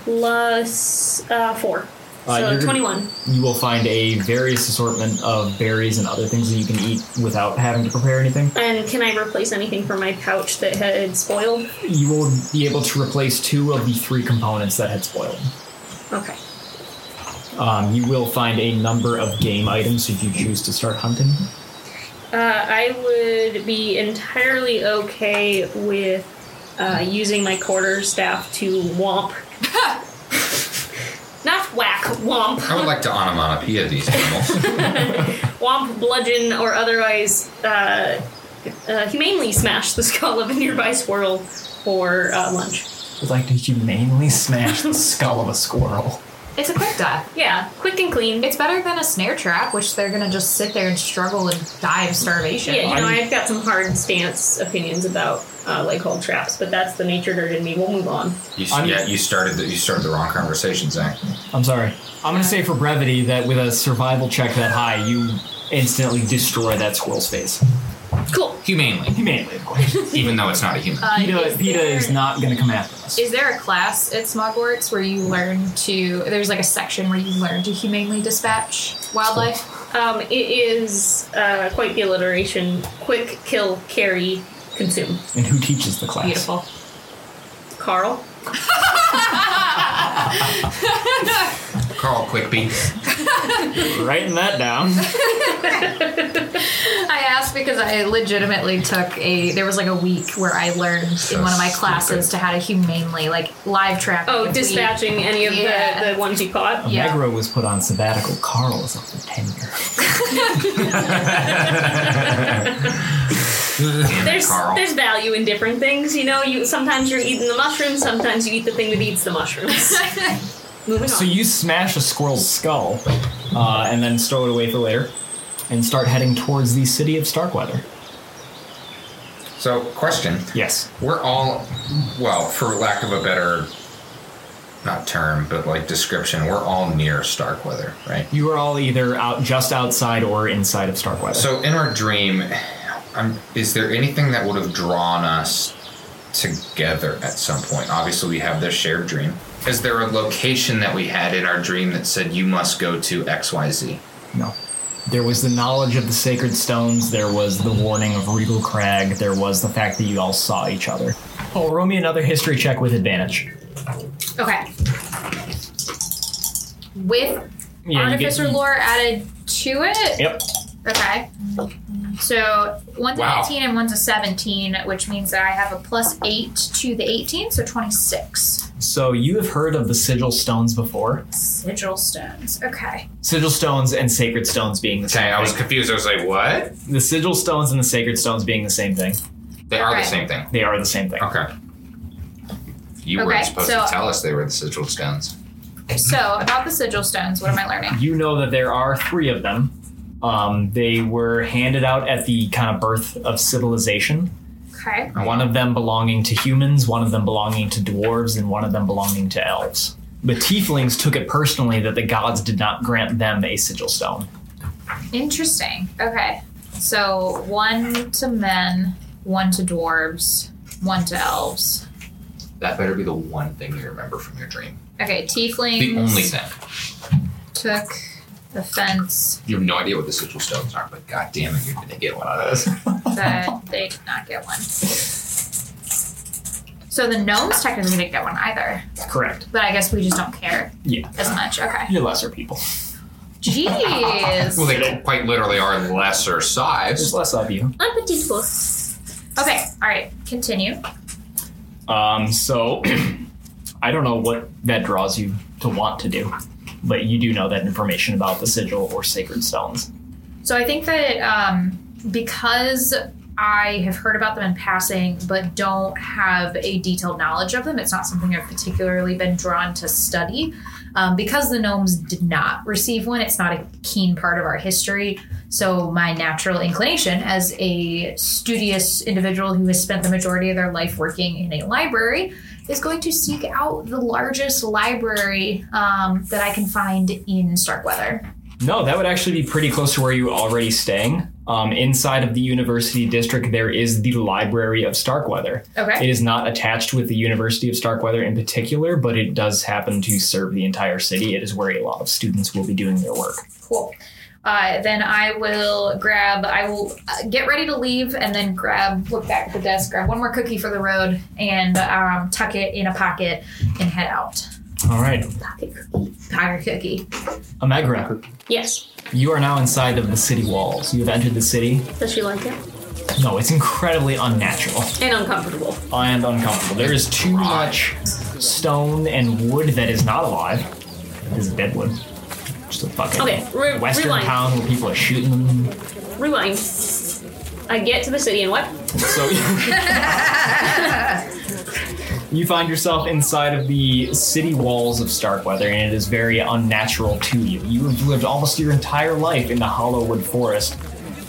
Speaker 2: plus uh, 4.
Speaker 3: Uh,
Speaker 2: so
Speaker 3: you're-
Speaker 2: 21.
Speaker 3: You will find a various assortment of berries and other things that you can eat without having to prepare anything.
Speaker 2: And can I replace anything from my pouch that had spoiled?
Speaker 3: you will be able to replace two of the three components that had spoiled.
Speaker 2: Okay.
Speaker 3: Um, you will find a number of game items if you choose to start hunting.
Speaker 2: Uh, I would be entirely okay with uh, using my quarter staff to womp. *laughs* Not whack, womp.
Speaker 4: I would like to onomatopoeia these animals.
Speaker 2: Womp, bludgeon, or otherwise uh, uh, humanely smash the *laughs* skull of a nearby squirrel for uh, lunch.
Speaker 3: Would like to humanely *laughs* smash the skull of a squirrel.
Speaker 5: It's a quick death.
Speaker 2: Yeah, quick and clean.
Speaker 5: It's better than a snare trap, which they're gonna just sit there and struggle and die of starvation.
Speaker 2: yeah, you know,
Speaker 3: I'm-
Speaker 2: I've got some hard stance opinions about uh, like hold traps, but that's the nature nerd in me. We'll move on.
Speaker 4: You, *laughs*
Speaker 3: I'm-
Speaker 4: yeah, you started the you started the wrong conversation, Zach.
Speaker 3: I'm sorry. I'm gonna say for brevity that with a survival check that high, you instantly destroy that squirrel's face.
Speaker 5: Cool.
Speaker 4: Humanely,
Speaker 3: Humanely, of
Speaker 5: *laughs*
Speaker 3: course.
Speaker 4: even though it's not a human.
Speaker 5: Uh,
Speaker 3: PETA, PETA
Speaker 5: there-
Speaker 3: is not going to come after us.
Speaker 5: Is there a class at Smogwarts where you learn to? There's like a section where you learn to humanely dispatch wildlife.
Speaker 2: Um, it is uh, quite the alliteration. Quick, kill, carry, consume.
Speaker 3: And who teaches the class?
Speaker 5: Beautiful.
Speaker 2: Carl.
Speaker 4: Carl Quickby.
Speaker 3: Writing that
Speaker 5: *laughs*
Speaker 3: down.
Speaker 5: I asked because I legitimately took a. There was like a week where I learned in one of my classes to how to humanely like live trap. a
Speaker 2: Oh,
Speaker 5: bee.
Speaker 2: dispatching any of
Speaker 5: Yeah.
Speaker 2: the, the ones you caught.
Speaker 5: Yeah.
Speaker 3: Negro was put on sabbatical. Carl is up for tenure.
Speaker 4: Damn it,
Speaker 2: There's
Speaker 4: Carl.
Speaker 2: there's value in different things, you know. You sometimes you're eating the mushrooms, sometimes you eat the thing that eats the mushrooms. *laughs*
Speaker 5: *laughs*
Speaker 2: Moving on.
Speaker 3: So you smash a squirrel's skull, uh, and then stow it away for later, and start heading towards the city of Starkweather.
Speaker 4: so, question.
Speaker 3: Yes.
Speaker 4: We're all, well, for lack of a better, not term, but like description, we're all near Starkweather, right?
Speaker 3: You are all either out just outside or inside of Starkweather.
Speaker 4: So in our dream, i is there anything that would have drawn us together at some point? Obviously, we have this shared dream. Is there a location that we had in our dream that said you must go to X Y Z?
Speaker 3: no. There was the knowledge of the sacred stones. There was the warning of Regal Crag. There was the fact that you all saw each other. Oh, roll me another history check with advantage.
Speaker 5: Okay. With
Speaker 3: Yeah, you get-
Speaker 5: artificer lore added to it.
Speaker 3: Yep.
Speaker 5: Okay. So one's
Speaker 4: Wow.
Speaker 5: a 19 and one's a 17, which means that I have a plus 8 to the 18, so 26.
Speaker 3: So you have heard of the sigil stones before.
Speaker 5: Sigil stones. Okay.
Speaker 3: Sigil stones and sacred stones being the same.
Speaker 4: Okay, I was
Speaker 3: thing.
Speaker 4: confused. I was like, what?
Speaker 3: the sigil stones and the sacred stones being the same thing.
Speaker 4: They are the
Speaker 5: Okay.
Speaker 4: same thing.
Speaker 3: They are the same thing.
Speaker 4: Okay. You
Speaker 5: Okay,
Speaker 4: weren't supposed
Speaker 5: so-
Speaker 4: to tell us they were the sigil stones.
Speaker 5: So about the sigil stones, what am I learning?
Speaker 3: You know that there are three of them. Um, they were handed out at the kind of birth of civilization.
Speaker 5: Okay.
Speaker 3: One of them belonging to humans, one of them belonging to dwarves, and one of them belonging to elves. The tieflings took it personally that the gods did not grant them a sigil stone.
Speaker 5: Interesting. Okay. So one to men, one to dwarves, one to elves.
Speaker 4: That better be the one thing you remember from your dream.
Speaker 5: Okay, tieflings
Speaker 4: The only thing.
Speaker 5: took the fence
Speaker 4: You have no idea what the sigil stones are, but god damn it, you're gonna get one of those.
Speaker 5: that they did not get one. So the gnomes technically didn't get one either.
Speaker 3: Correct.
Speaker 5: But I guess we just don't care
Speaker 3: Yeah.
Speaker 5: as much. Okay.
Speaker 3: You're lesser people.
Speaker 4: *laughs*
Speaker 5: Jeez.
Speaker 4: well, they quite literally are lesser size.
Speaker 3: There's less of you.
Speaker 2: I'm petite four.
Speaker 5: Okay. All right. Continue.
Speaker 3: Um, so *clears throat* I don't know what that draws you to want to do, but you do know that information about the sigil or sacred stones.
Speaker 5: So I think that um, because I have heard about them in passing, but don't have a detailed knowledge of them, it's not something I've particularly been drawn to study. Um, because the gnomes did not receive one, it's not a keen part of our history. So, my natural inclination as a studious individual who has spent the majority of their life working in a library is going to seek out the largest library um, that I can find in Starkweather.
Speaker 3: No, that would actually be pretty close to where you're already staying. Um, inside of the university district, there is the Library of Starkweather.
Speaker 5: Okay.
Speaker 3: It is not attached with the University of Starkweather in particular, but it does happen to serve the entire city. It is where a lot of students will be doing their work.
Speaker 5: Cool. Uh, then I will grab. I will uh, get ready to leave, and then grab. Look back at the desk. Grab one more cookie for the road, and um, tuck it in a pocket, and head out.
Speaker 3: All right,
Speaker 5: Pocket cookie.
Speaker 3: Amegra,
Speaker 2: Yes.
Speaker 3: you are now inside of the city walls. You have entered the city.
Speaker 2: Does she like it?
Speaker 3: No, it's incredibly unnatural.
Speaker 2: And uncomfortable.
Speaker 3: and uncomfortable. There is too much stone and wood that is not alive. This is dead wood. Just a fucking
Speaker 2: Okay, re-
Speaker 3: western
Speaker 2: rewind.
Speaker 3: town where people are shooting them.
Speaker 2: Rewind. I get to the city and what?
Speaker 3: So *laughs* you find yourself inside of the city walls of Starkweather, and it is very unnatural to you. You have lived almost your entire life in the Hollowwood Forest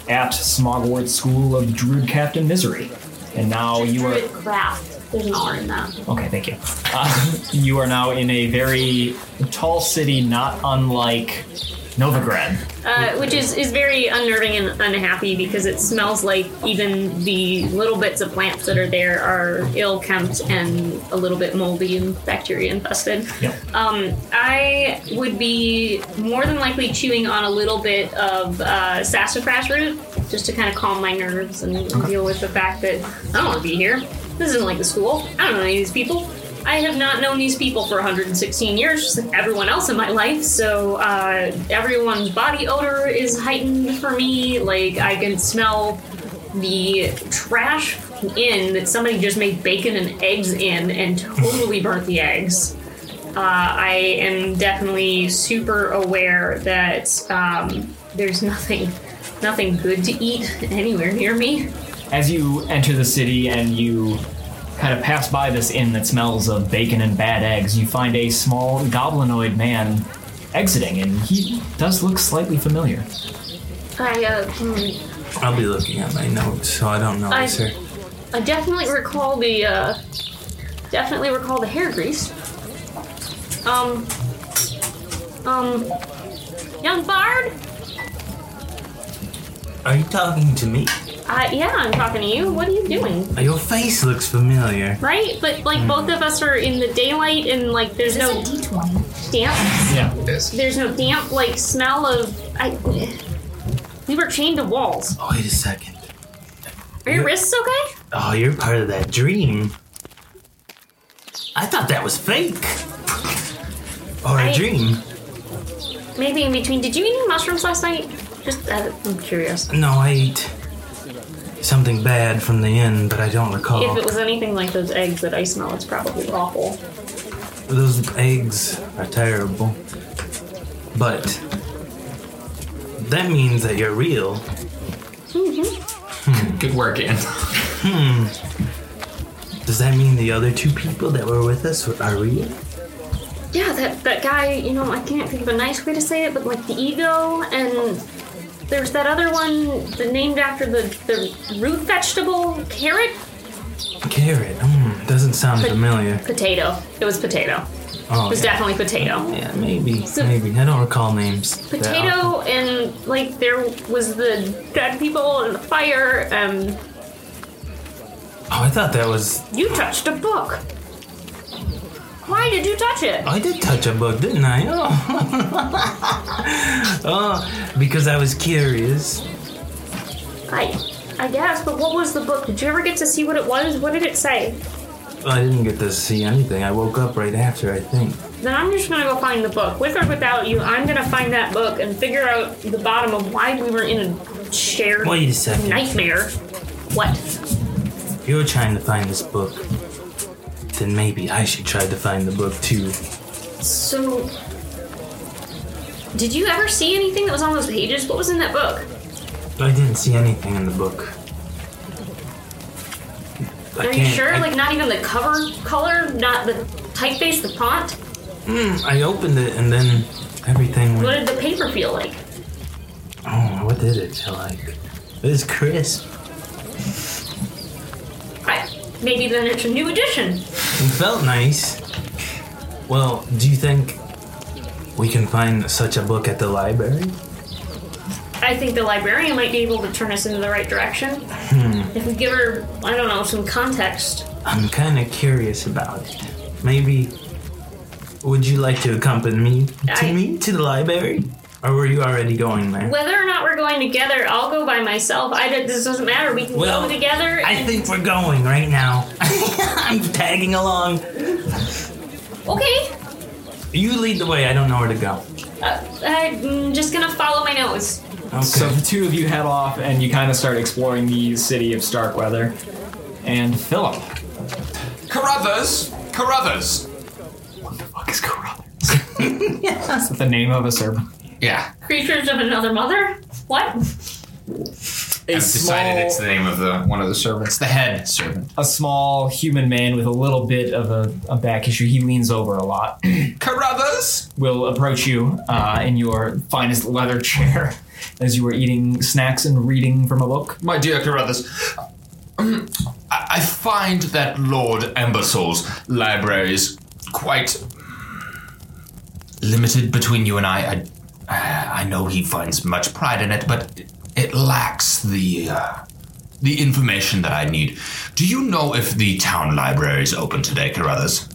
Speaker 3: at Smogwort School of Druid Captain Misery, and now Oh, you are.
Speaker 2: Druid craft. There's an R in that.
Speaker 3: Okay, thank you. Uh, you are now in a very tall city, not unlike Novigrad.
Speaker 2: uh, which is, is very unnerving and unhappy because it smells like even the little bits of plants that are there are ill kempt and a little bit moldy and bacteria infested.
Speaker 3: Yep.
Speaker 2: Um, I would be more than likely chewing on a little bit of uh, sassafras root just to kind of calm my nerves and deal with the fact that I don't want to be here. This isn't like the school. I don't know any of these people. I have not known these people for 116 years, just like everyone else in my life. So uh, everyone's body odor is heightened for me. Like I can smell the trash in that somebody just made bacon and eggs in and totally burnt the eggs. Uh, I am definitely super aware that um, there's nothing, nothing good to eat anywhere near me.
Speaker 3: As you enter the city and you kind of pass by this inn that smells of bacon and bad eggs, you find a small goblinoid man exiting, and he does look slightly familiar.
Speaker 2: I, uh, hmm,
Speaker 6: I'll be looking at my notes, so I don't know.
Speaker 2: I-
Speaker 6: sir.
Speaker 2: I definitely recall the, uh, definitely recall the hair grease. Um, um, young Bard.
Speaker 6: Are you talking to me?
Speaker 2: Uh, yeah, I'm talking to you. What are you doing?
Speaker 6: Your face looks familiar.
Speaker 2: Right? But like both of us are in the daylight and like there's
Speaker 5: It's a
Speaker 2: no
Speaker 5: D20.
Speaker 2: damp
Speaker 3: Yeah.
Speaker 4: Yes.
Speaker 2: there's no damp like smell of I we were chained to walls.
Speaker 6: Oh, wait a second.
Speaker 2: Are your wrists okay?
Speaker 6: Oh, you're part of that dream. I thought that was fake. Or a
Speaker 2: I-
Speaker 6: dream.
Speaker 2: Maybe in between. Did you eat any mushrooms last night? Just uh, I'm curious.
Speaker 6: No, I ate something bad from the inn, but I don't recall.
Speaker 2: If it was anything like those eggs that I smell, it's probably awful.
Speaker 6: Those eggs are terrible. But that means that you're real.
Speaker 4: Good work, Ian.
Speaker 6: Does that mean the other two people that were with us were- are real?
Speaker 2: Yeah, that that guy. You know, I can't think of a nice way to say it, but like the ego and there's that other one the, named after the the root vegetable carrot
Speaker 6: Carrot. Mm, doesn't sound familiar.
Speaker 2: potato. It was potato. It
Speaker 6: Oh,
Speaker 2: was
Speaker 6: yeah.
Speaker 2: definitely potato.
Speaker 6: yeah, maybe,
Speaker 2: So-
Speaker 6: maybe. I don't recall names. that often.
Speaker 2: Potato and like there was the dead people and the fire. Um,
Speaker 6: Oh, I thought that was.
Speaker 2: you touched a book. Why did you touch it?
Speaker 6: I did touch a book, didn't I? *laughs* Oh, oh because I was curious.
Speaker 2: I, I guess. But what was the book? Did you ever get to see what it was? What did it say?
Speaker 6: I didn't get to see anything. I woke up right after, I think.
Speaker 2: Then I'm just gonna go find the book, with or without you. I'm gonna find that book and figure out the bottom of why we were in a shared
Speaker 6: Wait a second.
Speaker 2: nightmare. What?
Speaker 6: If you're trying to find this book, then maybe I should try to find the book too.
Speaker 2: So, did you ever see anything that was on those pages? What was in that book?
Speaker 6: I didn't see anything in the book. I
Speaker 2: Are you
Speaker 6: can't-
Speaker 2: sure?
Speaker 6: I,
Speaker 2: like, not even the cover color, not the typeface, the font?
Speaker 6: I opened it and then everything
Speaker 2: What
Speaker 6: went.
Speaker 2: did the paper feel like?
Speaker 6: Oh, what did it feel like? It was crisp.
Speaker 2: I, maybe then it's a new edition.
Speaker 6: It felt nice. Well, do you think we can find such a book at the library?
Speaker 2: I think the librarian might be able to turn us into the right direction. If we give her, I don't know, some context.
Speaker 6: I'm kind of curious about it. Maybe. Would you like to accompany me to
Speaker 2: I-
Speaker 6: me to the library, or were you already going there?
Speaker 2: Whether or not we're going together, I'll go by myself. I don't- this doesn't matter. We can
Speaker 6: Well,
Speaker 2: go together.
Speaker 6: I think we're going right now. I'm tagging along.
Speaker 2: okay.
Speaker 6: You lead the way. I don't know where to go.
Speaker 2: Uh, I'm just gonna follow my nose.
Speaker 6: Okay.
Speaker 3: So the two of you head off and you kind of start exploring the city of Starkweather. And Philip.
Speaker 4: Carruthers! Carruthers!
Speaker 3: What the fuck is Carruthers? That's the name of a serpent.
Speaker 4: Yeah.
Speaker 2: Creatures of another mother? What?
Speaker 3: A
Speaker 4: I've decided
Speaker 3: small-
Speaker 4: it's the name of the one of the servants. The head servant.
Speaker 3: a small human man with a little bit of a, a back issue. He leans over a lot.
Speaker 4: Carruthers!
Speaker 3: Will approach you uh, in your finest leather chair *laughs* as you are eating snacks and reading from a book.
Speaker 4: My dear Carruthers, um, I I find that Lord Ambersoul's library is quite limited between you and I. I I know he finds much pride in it, but it lacks the uh, the information that I need. Do you know if the town library is open today, Carruthers?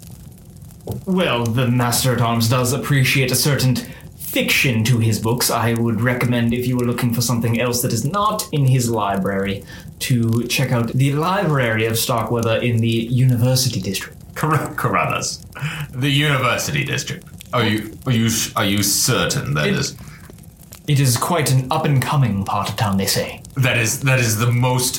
Speaker 3: Well, the Master at Arms does appreciate a certain fiction to his books. I would recommend, if you were looking for something else that is not in his library, to check out the Library of Starkweather in the University District.
Speaker 4: Carru- Carruthers, the University District. Are you are you sh- are you certain that
Speaker 3: It-
Speaker 4: is
Speaker 3: It is quite an up and coming part of town, they say.
Speaker 4: that is that is the most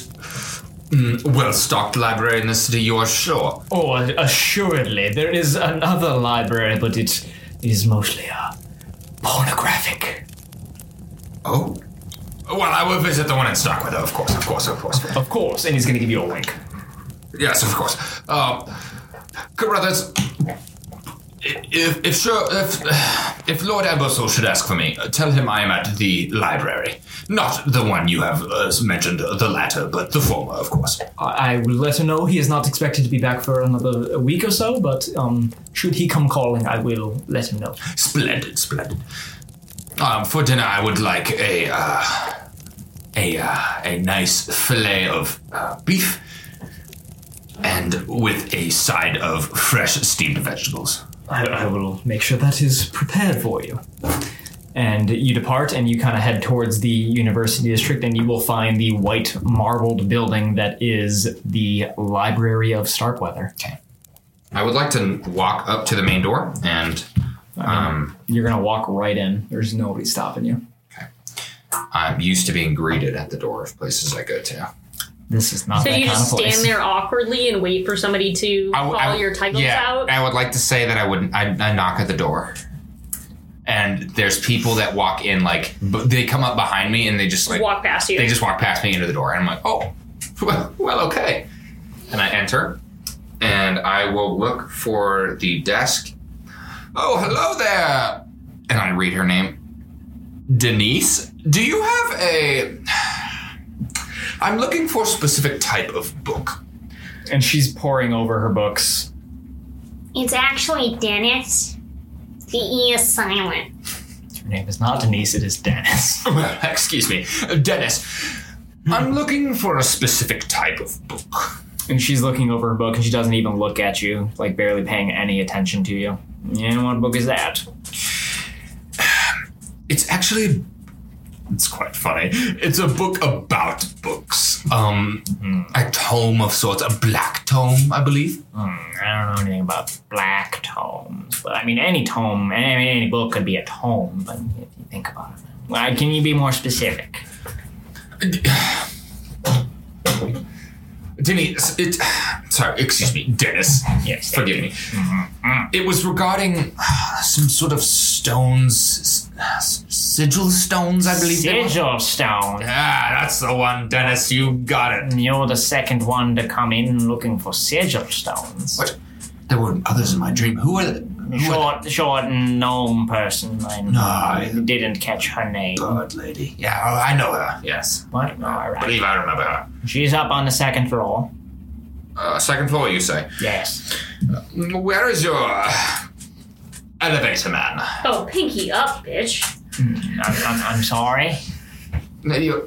Speaker 4: mm, well-stocked library in the city? You are sure?
Speaker 3: Oh, assuredly, there is another library, but it is mostly uh, pornographic.
Speaker 4: Oh. Well, I will visit the one in Starkweather, of course, of course, of course.
Speaker 3: Of course, and he's going to give you a wink.
Speaker 4: Yes, of course. Um, Carruthers, if if, sure, if if Lord Ambrosol should ask for me, uh, tell him I am at the library, not the one you have uh, mentioned, uh, the latter, but the former, of course.
Speaker 3: I I will let her know he is not expected to be back for another week or so, but um, should he come calling, I will let him know.
Speaker 4: Splendid, splendid. Um, for dinner, I would like a uh, a uh, a nice fillet of uh, beef, and with a side of fresh steamed vegetables.
Speaker 3: I, I will make sure that is prepared for you. And you depart and you kind of head towards the university district, and you will find the white marbled building that is the Library of Starkweather.
Speaker 1: I would like to walk up to the main door and um,
Speaker 3: You're going to walk right in, there's nobody stopping you.
Speaker 1: I'm used to being greeted at the door of places I go to.
Speaker 3: This is not
Speaker 2: So
Speaker 3: that
Speaker 2: you
Speaker 3: kind
Speaker 2: just
Speaker 3: of place.
Speaker 2: stand there awkwardly and wait for somebody to
Speaker 1: I
Speaker 2: call
Speaker 1: w- I w-
Speaker 2: your titles
Speaker 1: yeah,
Speaker 2: out?
Speaker 1: I would like to say that I would. I, I knock at the door, and there's people that walk in. Like b- they come up behind me and they just like
Speaker 2: walk past you.
Speaker 1: they just walk past me into the door, and I'm like, oh, *laughs* well, well, okay. And I enter, and I will look for the desk. Oh, hello there. And I read her name,
Speaker 4: Denise, do you have a.
Speaker 1: *sighs*
Speaker 4: I'm looking for a specific type of
Speaker 1: *laughs*
Speaker 4: book.
Speaker 3: and she's poring over her books.
Speaker 7: It's actually Dennis. The E is silent.
Speaker 3: Her name is not Denise, it is Dennis.
Speaker 4: Well, excuse me, Dennis. I'm looking for a specific type of book.
Speaker 3: *laughs* And she's looking over her book and she doesn't even look at you, like barely paying any attention to you. And what book is that?
Speaker 4: It's actually. It's quite funny. It's a book about books. Um, a tome of sorts, a black tome, I believe.
Speaker 3: I don't know anything about black tomes, but I mean, any tome, I mean, any book could be a tome, but if you think about it. Why, can you be more specific?
Speaker 4: Denise, it. Sorry, excuse me, Dennis.
Speaker 3: Yes.
Speaker 4: Forgive me. It was regarding uh, some sort of stones, s- sigil stones, I believe. they were.
Speaker 3: Sigil stone.
Speaker 4: Ah, that's the one, Dennis. You got it.
Speaker 3: You're the second one to come in looking for sigil stones.
Speaker 4: What? There were others in my dream. Who were they? Who were
Speaker 3: Short, short gnome person. I
Speaker 4: I-
Speaker 3: didn't catch her name.
Speaker 4: the bird lady? Yeah, oh, I know her. Yes,
Speaker 3: What? All
Speaker 4: I
Speaker 3: right.
Speaker 4: believe I remember her.
Speaker 3: She's up on the second floor.
Speaker 1: uh, second floor. You say,
Speaker 3: Yes.
Speaker 1: where is your?
Speaker 4: uh, Elevator man.
Speaker 2: oh, pinky up, bitch.
Speaker 3: I'm, I'm, I'm sorry.
Speaker 1: Your,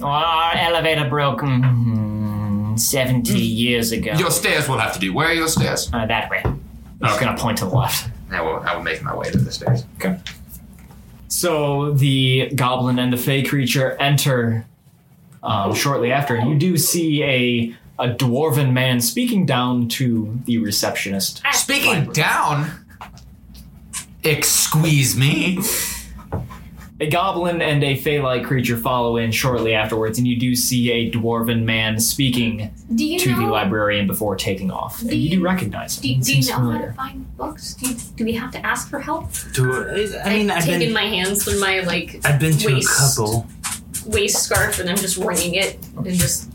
Speaker 3: Well, our elevator broke mm, 70 years ago.
Speaker 1: your stairs will have to do. Where are your stairs?
Speaker 3: Uh, that way. I'm just going to point to the left.
Speaker 1: I will. I will make my way to the stairs.
Speaker 3: So the goblin and the fey creature enter um, shortly after. You do see a a dwarven man speaking down to the receptionist.
Speaker 4: Speaking down. Excuse me.
Speaker 3: A goblin and a fey-like creature follow in shortly afterwards, and you do see a dwarven man speaking
Speaker 8: Do you
Speaker 3: to the
Speaker 8: know?
Speaker 3: librarian before taking off. And
Speaker 7: Do
Speaker 3: you do
Speaker 7: you-
Speaker 3: recognize him.
Speaker 7: Do,
Speaker 3: He
Speaker 7: do you
Speaker 3: seems
Speaker 7: know how
Speaker 3: familiar.
Speaker 7: to find books? Do, you, do we have to ask for help?
Speaker 6: To, I mean,
Speaker 2: I've
Speaker 6: I've
Speaker 2: taken
Speaker 6: been,
Speaker 2: my hands from my like
Speaker 6: I've been to a
Speaker 2: waist.
Speaker 6: couple.
Speaker 2: waist scarf and I'm just wringing it and just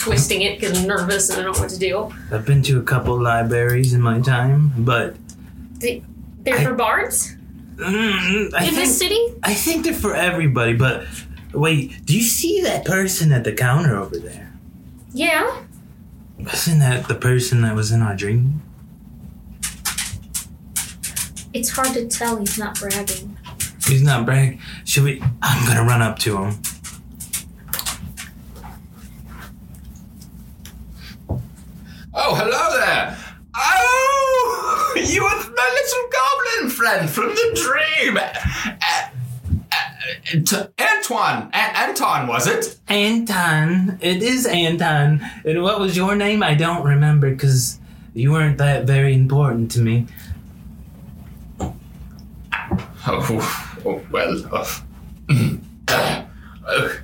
Speaker 2: twisting it because I'm nervous and I don't know what to do.
Speaker 6: I've been to a couple libraries in my time, but
Speaker 2: They're
Speaker 6: I-
Speaker 2: for bards
Speaker 6: mm, I
Speaker 2: in
Speaker 6: think
Speaker 2: this city.
Speaker 6: I think they're for everybody. But wait, do you see that person at the counter over there?
Speaker 2: Yeah.
Speaker 6: Isn't that the person that was in our dream?
Speaker 7: It's hard to tell he's not bragging.
Speaker 6: He's not bragging. Should we? I'm gonna run up to him.
Speaker 4: Oh, hello there! Oh! You are my little goblin friend from the dream! Uh, uh, uh, T- Antoine! A- Anton, was it?
Speaker 6: Anton. It is Anton. And what was your name? I don't remember because you weren't that very important to me.
Speaker 4: Oh, oh well. uh, uh,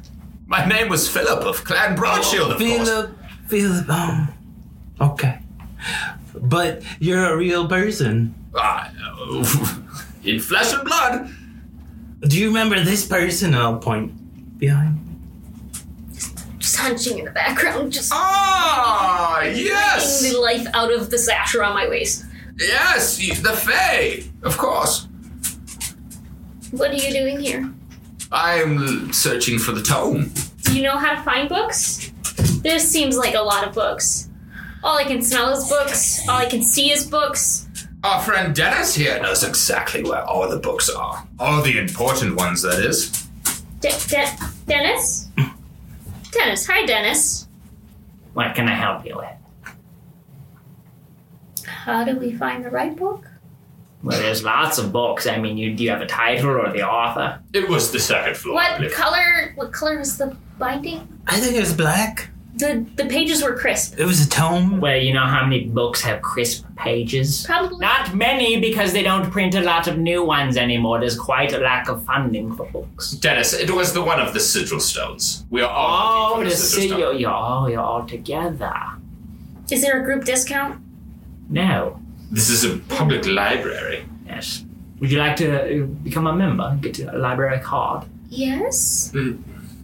Speaker 4: my name was Philip of Clan Broadshield, of course.
Speaker 6: Philip. Philip. Oh, okay. But you're a real person.
Speaker 4: Ah, uh, in flesh and blood.
Speaker 6: Do you remember this person? I'll point behind.
Speaker 7: Just hunching in the background, just
Speaker 4: Ah,
Speaker 7: taking
Speaker 4: yes!
Speaker 7: the life out of the sash around my waist.
Speaker 4: Yes, the Fae! Of course.
Speaker 7: What are you doing here?
Speaker 4: I'm searching for the tome.
Speaker 2: Do you know how to find books?
Speaker 7: This seems like a lot of books. All I can smell is books. All I can see is books.
Speaker 4: Our friend Dennis here knows exactly where all the books are. All the important ones, that is.
Speaker 7: De- De- *laughs* Dennis? Dennis. Hi, Dennis.
Speaker 9: What can I help you with?
Speaker 7: How do we find the right book?
Speaker 9: Well, there's lots of books. I mean, you do you have a title or the author?
Speaker 4: It was the second floor. I
Speaker 7: What
Speaker 4: believe.
Speaker 7: color? What color was the binding?
Speaker 6: I think it was black.
Speaker 7: The the pages were crisp.
Speaker 6: It was a tome.
Speaker 9: Well, you know how many books have crisp pages?
Speaker 7: Probably.
Speaker 9: Not many because they don't print a lot of new ones anymore. There's quite a lack of funding for books.
Speaker 4: Dennis, it was the one of the sigil stones. We are all
Speaker 9: Oh,
Speaker 4: looking
Speaker 9: the
Speaker 4: for the sigil
Speaker 9: city!
Speaker 4: stone.
Speaker 9: You're all, you're all together.
Speaker 7: Is there a group discount?
Speaker 9: No.
Speaker 4: This is a public library.
Speaker 9: Yes. Would you like to uh, become a member? Get a library card?
Speaker 7: Yes.
Speaker 9: Hmm.
Speaker 4: Mm.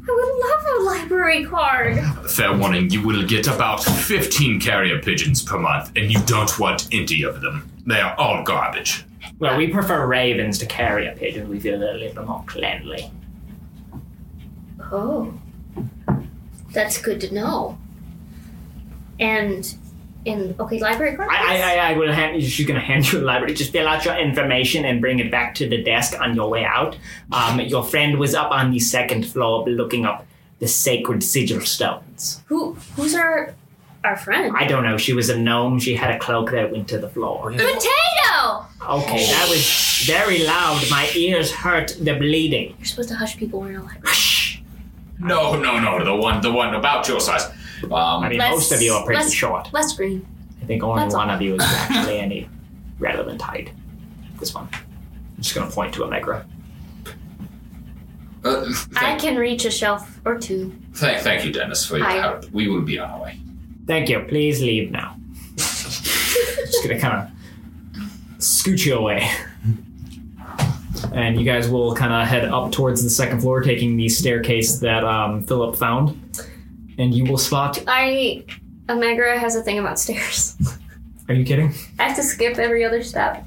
Speaker 7: I would love a library card.
Speaker 4: Fair warning, you will get about 15 carrier pigeons per month, and you don't want any of them. They are all garbage.
Speaker 9: Well, we prefer ravens to carrier pigeons. We feel they're a little more cleanly.
Speaker 7: Oh, that's good to know. And in okay, library card.
Speaker 9: I, I, I, I will hand. She's gonna hand you a library. Just fill out your information and bring it back to the desk on your way out. Um, your friend was up on the second floor looking up the sacred sigil stones.
Speaker 7: Who who's our our friend?
Speaker 9: I don't know. She was a gnome. She had a cloak that went to the floor.
Speaker 7: Potato.
Speaker 9: Okay, that was very loud. My ears hurt. The bleeding.
Speaker 7: You're supposed to hush people when you're in a library.
Speaker 4: No, no, no, the one, the one about your size.
Speaker 9: I
Speaker 4: Um,
Speaker 9: mean,
Speaker 7: Less-
Speaker 9: most of you are pretty
Speaker 7: less-
Speaker 9: short.
Speaker 7: Less green.
Speaker 9: I think only
Speaker 7: that's
Speaker 9: one
Speaker 7: all. *laughs*
Speaker 9: of you is actually any relevant height. This one. I'm just gonna point to Allegra.
Speaker 4: uh,
Speaker 7: I can reach a shelf or *laughs* two.
Speaker 4: thank, thank you, Dennis, for your
Speaker 7: Hi.
Speaker 4: help. We will be on our way.
Speaker 9: Thank you. Please leave now. Just gonna kind of scoot you away. And you guys will kind of head up towards the second floor, taking the staircase that um, Philip found. And you will spot.
Speaker 7: I Omegra has a thing about stairs.
Speaker 9: Are you kidding?
Speaker 7: I have to skip every other step.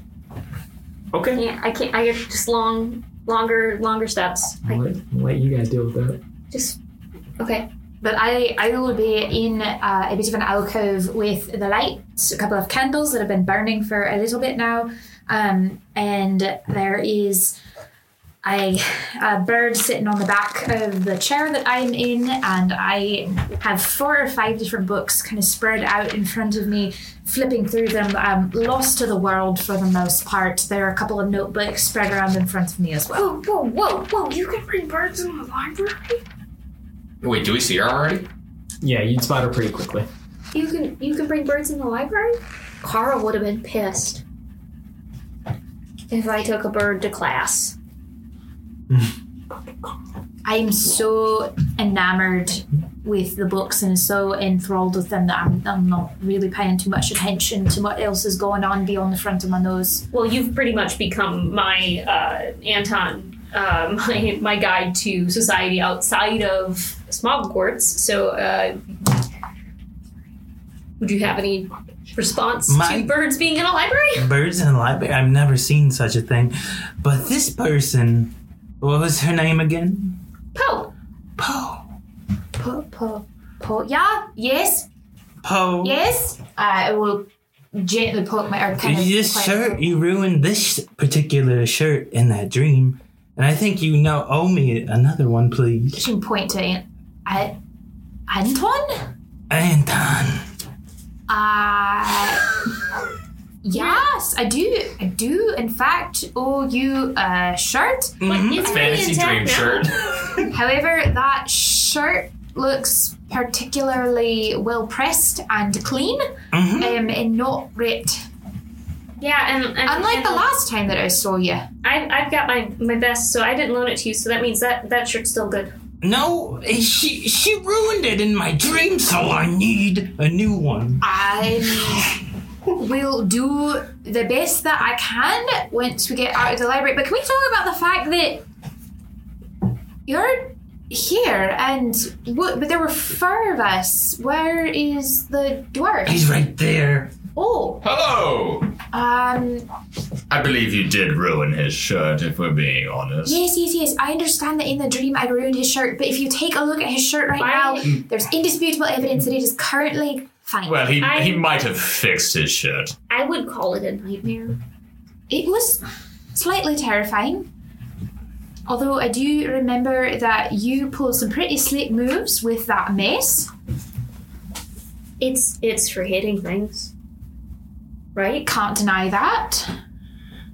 Speaker 9: Okay.
Speaker 7: Yeah, I can't. I get just long, longer, longer steps.
Speaker 9: I'll
Speaker 7: Like
Speaker 9: let, I'll let you guys deal with that.
Speaker 7: just okay.
Speaker 5: But I, I will be in uh, a bit of an alcove with the lights, a couple of candles that have been burning for a little bit now. Um, and there is a, a bird sitting on the back of the chair that I'm in, and I have four or five different books kind of spread out in front of me, flipping through them, um, lost to the world for the most part. There are a couple of notebooks spread around in front of me as well.
Speaker 7: Whoa, whoa, whoa, whoa! You can bring birds in the library.
Speaker 10: Wait, do we see her already?
Speaker 9: Yeah, you'd spot her pretty quickly.
Speaker 7: You can you can bring birds in the library? Carl would have been pissed if I took a bird to class.
Speaker 5: I'm so enamored with the books and so enthralled with them that I'm, I'm not really paying too much attention to what else is going on beyond the front of my nose.
Speaker 2: Well, you've pretty much become my uh, Anton, uh, *laughs* my, my guide to society outside of Smogwarts. So, uh, would you have any response
Speaker 6: My-
Speaker 2: to birds being in a library?
Speaker 6: Birds in a library. I've never seen such a thing. But this person, what was her name again?
Speaker 2: Poe.
Speaker 6: Poe.
Speaker 5: Po, po, po. Yeah, yes,
Speaker 6: Poe.
Speaker 5: yes. I will gently poke my or kind of
Speaker 6: This
Speaker 5: quite-
Speaker 6: shirt, you ruined this particular shirt in that dream. And I think you know owe me another one, please.
Speaker 5: She can point to Ant- I- Anton?
Speaker 6: Anton.
Speaker 5: Uh, *laughs* yes, I do. I do, in fact, owe you a shirt.
Speaker 7: What is
Speaker 3: Fantasy dream shirt.
Speaker 5: However, that shirt looks particularly well pressed and clean
Speaker 6: Mhm.
Speaker 5: um, and not ripped.
Speaker 7: Yeah, and, and
Speaker 5: Unlike
Speaker 7: and
Speaker 5: the last time that I saw you.
Speaker 7: I, I've got my my best, so I didn't loan it to you. So that means that that shirt's still good.
Speaker 6: No, eh, she she ruined it in my dream, so I need a new one.
Speaker 5: I will do the best that I can once we get out of the library. But can we talk about the fact that you're here and what, but there were four of us. Where is the dwarf?
Speaker 6: He's right there.
Speaker 5: Oh,
Speaker 4: Hello!
Speaker 5: um,
Speaker 4: I believe you did ruin his shirt, if we're being honest.
Speaker 5: yes, yes, yes. I understand that in the dream I ruined his shirt, but if you take a look at his shirt right
Speaker 7: Why-
Speaker 5: now, there's indisputable evidence that it is currently fine.
Speaker 4: Well, he,
Speaker 7: I-
Speaker 4: he might have fixed his shirt.
Speaker 11: I would call it a nightmare.
Speaker 5: It was slightly terrifying. Although I do remember that you pulled some pretty slick moves with that mess.
Speaker 11: It's it's for hitting things. Right?
Speaker 5: Can't deny that.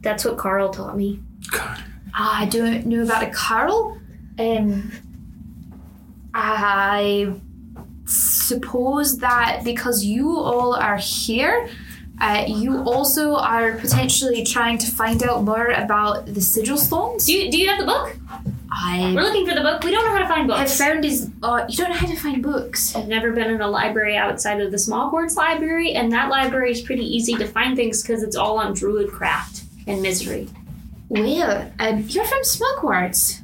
Speaker 11: That's what Carl taught me.
Speaker 5: I don't know about a Carl.
Speaker 11: Um
Speaker 5: I suppose that because you all are here, uh, you also are potentially trying to find out more about the sigil stones.
Speaker 7: Do you do you have the book? We're
Speaker 5: I
Speaker 7: looking for the book. We don't know how to find
Speaker 5: have
Speaker 7: books.
Speaker 5: found is uh, you don't know how to find books.
Speaker 7: I've never been in a library outside of the Smallborns library, and that library is pretty easy to find things because it's all on druid craft and misery.
Speaker 5: Well, um, you're from Smugwarts.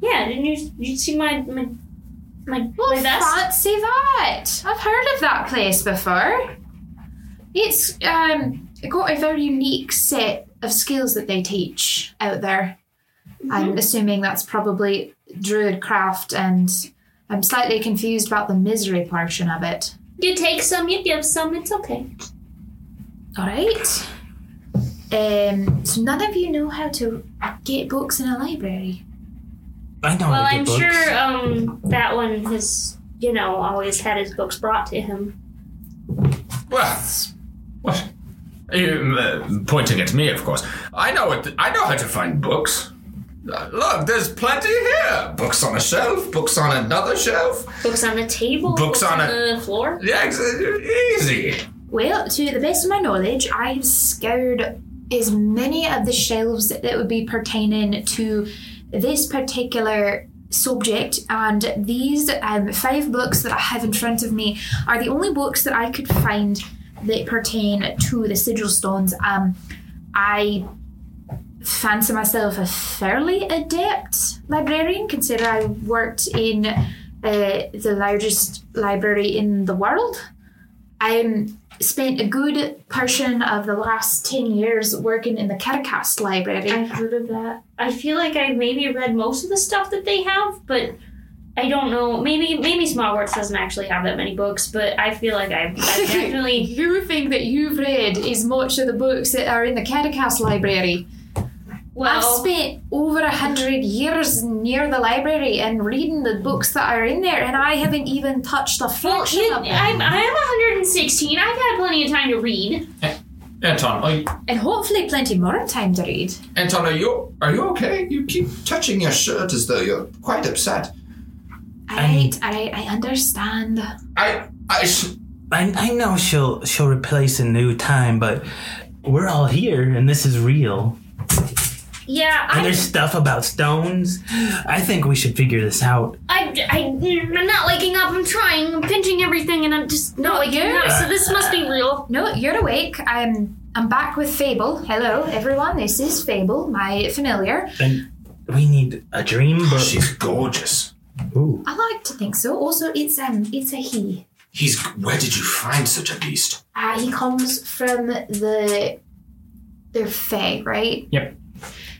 Speaker 7: Yeah, didn't you you see my my my,
Speaker 5: Well,
Speaker 7: my vest?
Speaker 5: fancy that! I've heard of that place before. It's um got a very unique set of skills that they teach out there. I'm assuming that's probably druid craft, and I'm slightly confused about the misery portion of it.
Speaker 7: You take some, you give some. It's okay.
Speaker 5: All right. Um, so none of you know how to get books in a library.
Speaker 6: I know
Speaker 7: Well,
Speaker 6: how to get
Speaker 7: I'm
Speaker 6: books.
Speaker 7: sure um that one has you know always had his books brought to him.
Speaker 4: Well, what? You, uh, pointing at me, of course. I know what I know how to find books. Uh, Look, there's plenty here. Books on a shelf, books on another shelf.
Speaker 7: Books on the table.
Speaker 4: Books on
Speaker 7: the floor.
Speaker 4: Yeah, ex- easy.
Speaker 5: Well, to the best of my knowledge, I've scoured as many of the shelves that would be pertaining to this particular subject, and these um, five books that I have in front of me are the only books that I could find that pertain to the sigil stones. Um, I fancy myself a fairly adept librarian, considering I worked in uh, the largest library in the world. I spent a good portion of the last 10 years working in the Catacast Library.
Speaker 7: I've heard of that. I feel like I maybe read most of the stuff that they have, but I don't know. Maybe maybe Smallworks doesn't actually have that many books, but I feel like I've, *laughs* I've definitely
Speaker 5: You think that you've read as much of the books that are in the Catacast Library.
Speaker 7: well.
Speaker 5: I've spent over a hundred years near the library and reading the books that are in there, and I haven't even touched a
Speaker 7: well,
Speaker 5: fraction
Speaker 7: you,
Speaker 5: of them.
Speaker 7: I'm, I'm 116. I've had plenty of time to read.
Speaker 4: Anton, are you,
Speaker 5: And hopefully, plenty more time to read.
Speaker 4: Anton, are you are you okay? You keep touching your shirt as though you're quite upset.
Speaker 5: Alright, alright, I understand.
Speaker 4: I I sh-
Speaker 6: I, I know she'll she'll replace a new time, but we're all here and this is real.
Speaker 7: Yeah,
Speaker 6: And
Speaker 7: I,
Speaker 6: there's stuff about stones. I think we should figure this out.
Speaker 7: I, I, am not waking up. I'm trying. I'm pinching everything, and I'm just not waking up. So this must be real.
Speaker 5: No, you're awake. I'm I'm back with Fable. Hello, everyone. This is Fable, my familiar.
Speaker 6: And we need a dream book.
Speaker 4: she's gorgeous.
Speaker 6: Ooh.
Speaker 5: I like to think so. Also, it's um, it's a he.
Speaker 4: He's where did you find such a beast?
Speaker 5: Uh, he comes from the the Fae, right?
Speaker 3: Yep.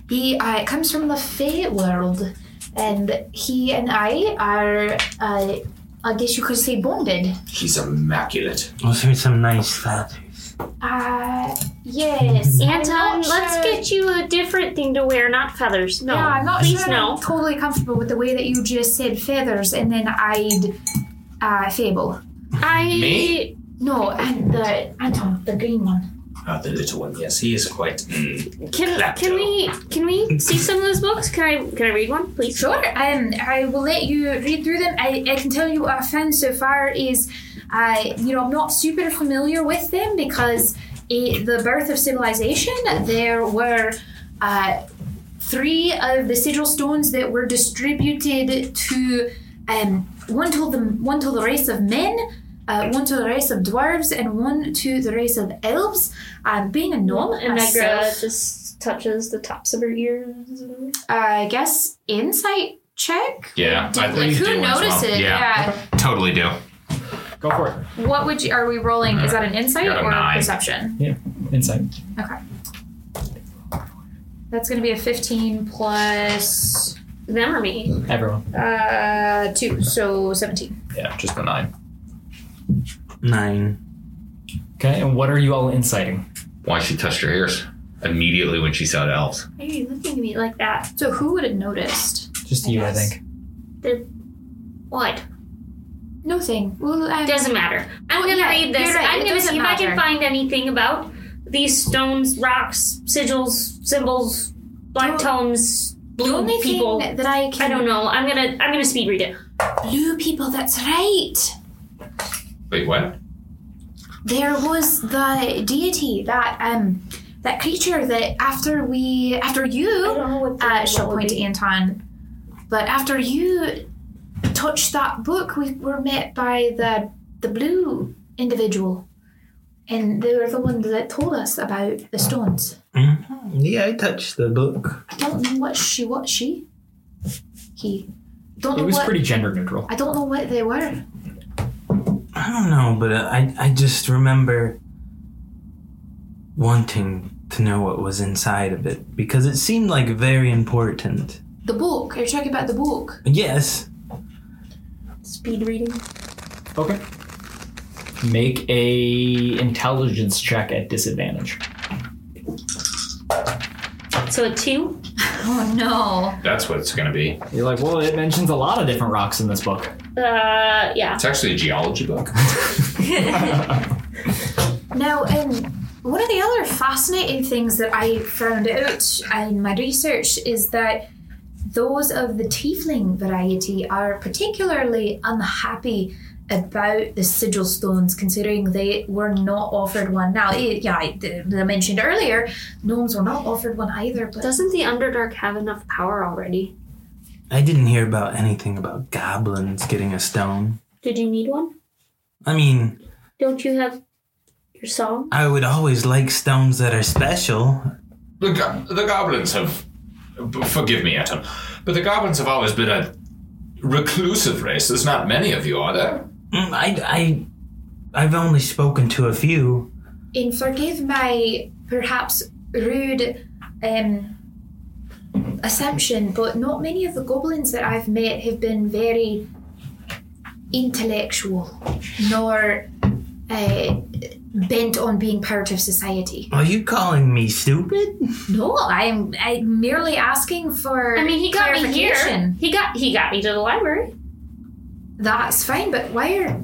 Speaker 5: He uh, comes from the Fae world, and he and I are, uh, I guess you could say, bonded.
Speaker 4: He's immaculate.
Speaker 6: Let's hear some nice feathers.
Speaker 5: Uh,
Speaker 7: Yes,
Speaker 5: I'm
Speaker 7: Anton.
Speaker 5: not
Speaker 7: uh, Let's
Speaker 5: sure-
Speaker 7: get you a different thing to wear, not feathers. No,
Speaker 5: yeah, I'm not
Speaker 7: please
Speaker 5: sure
Speaker 7: no.
Speaker 5: I'm totally comfortable with the way that you just said feathers and then I'd uh, fable.
Speaker 7: I
Speaker 9: Me?
Speaker 5: No, and the Anton, the green one.
Speaker 12: Ah, the little one. Yes, he is quite. Mm,
Speaker 7: can.
Speaker 12: Clapto.
Speaker 7: Can we? Can we see some of those books? Can I? Can I read one, please?
Speaker 5: Sure, um, I will let you read through them. I, I can tell you what I found so far is, uh, you know, I'm not super familiar with them because at the birth of civilization, there were uh, three of the sigil stones that were distributed to um, one to the one to the race of men, uh, one to the race of dwarves, and one to the race of elves. Um, being a gnome
Speaker 7: and Negra
Speaker 5: myself,
Speaker 7: just touches the tops of her ears.
Speaker 5: uh, I guess insight check.
Speaker 9: Yeah, I
Speaker 5: Like,
Speaker 9: think you
Speaker 5: who
Speaker 9: do as well.
Speaker 5: noticed it?
Speaker 9: Yeah. totally do.
Speaker 3: Go for it.
Speaker 5: yeah. What would you? Are we rolling? Is that an insight
Speaker 9: Got a
Speaker 5: or a
Speaker 9: Mm-hmm. nine.
Speaker 5: perception?
Speaker 3: Insight.
Speaker 5: That's going to be a fifteen plus
Speaker 7: Them or me?
Speaker 3: Everyone.
Speaker 5: uh, two, so seventeen.
Speaker 9: Yeah, just the nine.
Speaker 6: Nine.
Speaker 3: Okay, and what are you all inciting?
Speaker 9: Why she touched her ears immediately when she saw the elves?
Speaker 7: Why are you looking at me like that?
Speaker 5: So who would have noticed?
Speaker 3: Just you, I
Speaker 5: guess.
Speaker 3: think.
Speaker 7: What?
Speaker 5: Nothing. Well, um,
Speaker 7: Doesn't matter. I'm gonna
Speaker 5: Yeah,
Speaker 7: read this.
Speaker 5: you're right.
Speaker 7: I'm
Speaker 5: It
Speaker 7: gonna
Speaker 5: doesn't
Speaker 7: see if I can
Speaker 5: matter.
Speaker 7: find anything about these stones, rocks, sigils, symbols, black
Speaker 5: Don't-
Speaker 7: tomes,
Speaker 5: the
Speaker 7: blue
Speaker 5: only
Speaker 7: people.
Speaker 5: thing that I
Speaker 7: I
Speaker 5: can
Speaker 7: don't know. I'm gonna I'm gonna speed read it.
Speaker 5: blue people. That's right.
Speaker 9: Wait, what?
Speaker 5: There was the deity that um that creature that after we after you
Speaker 7: I don't know what the
Speaker 5: uh,
Speaker 7: what
Speaker 5: she'll
Speaker 7: would
Speaker 5: point
Speaker 7: be.
Speaker 5: to Anton. But after you touched that book, we were met by the the blue individual, and they were the ones that told us about the stones.
Speaker 6: Yeah, I touched the book.
Speaker 5: I don't know what she what she he don't
Speaker 3: It
Speaker 5: know
Speaker 3: was
Speaker 5: what
Speaker 3: pretty gender neutral.
Speaker 5: I don't know what they were.
Speaker 6: I don't know, but I I just remember wanting to know what was inside of it because it seemed like very important.
Speaker 5: The book you're talking about the book.
Speaker 6: Yes.
Speaker 7: Speed reading.
Speaker 3: Okay. Make a intelligence check at disadvantage.
Speaker 7: So a two?
Speaker 5: Oh no!
Speaker 4: That's what it's going to be.
Speaker 3: You're like, well, it mentions a lot of different rocks in this book.
Speaker 7: Uh yeah.
Speaker 4: It's actually a geology book.
Speaker 5: Now, um, one of the other fascinating things that I found out in my research is that those of the tiefling variety are particularly unhappy about the sigil stones, considering they were not offered one. Now, eh, yeah, I, th- I mentioned earlier, gnomes were not offered one either, but
Speaker 7: Doesn't the Underdark have enough power already?
Speaker 6: I didn't hear about anything about goblins getting a stone.
Speaker 7: Did you need one?
Speaker 6: I mean,
Speaker 7: Don't you have your song?
Speaker 6: I would always like stones that are special.
Speaker 9: The, go- the goblins have. b- Forgive me, Atom, but the goblins have always been a reclusive race. There's not many of you, are there?
Speaker 6: Mm, I, I, I've only spoken to a few.
Speaker 5: and forgive my perhaps rude um, assumption, but not many of the goblins that I've met have been very intellectual nor uh, bent on being part of society.
Speaker 6: Are you calling me stupid?
Speaker 5: No, I'm, I'm merely asking for.
Speaker 7: I mean he got me here.
Speaker 5: clarification.
Speaker 7: He got he got me to the library.
Speaker 5: That's fine, but why are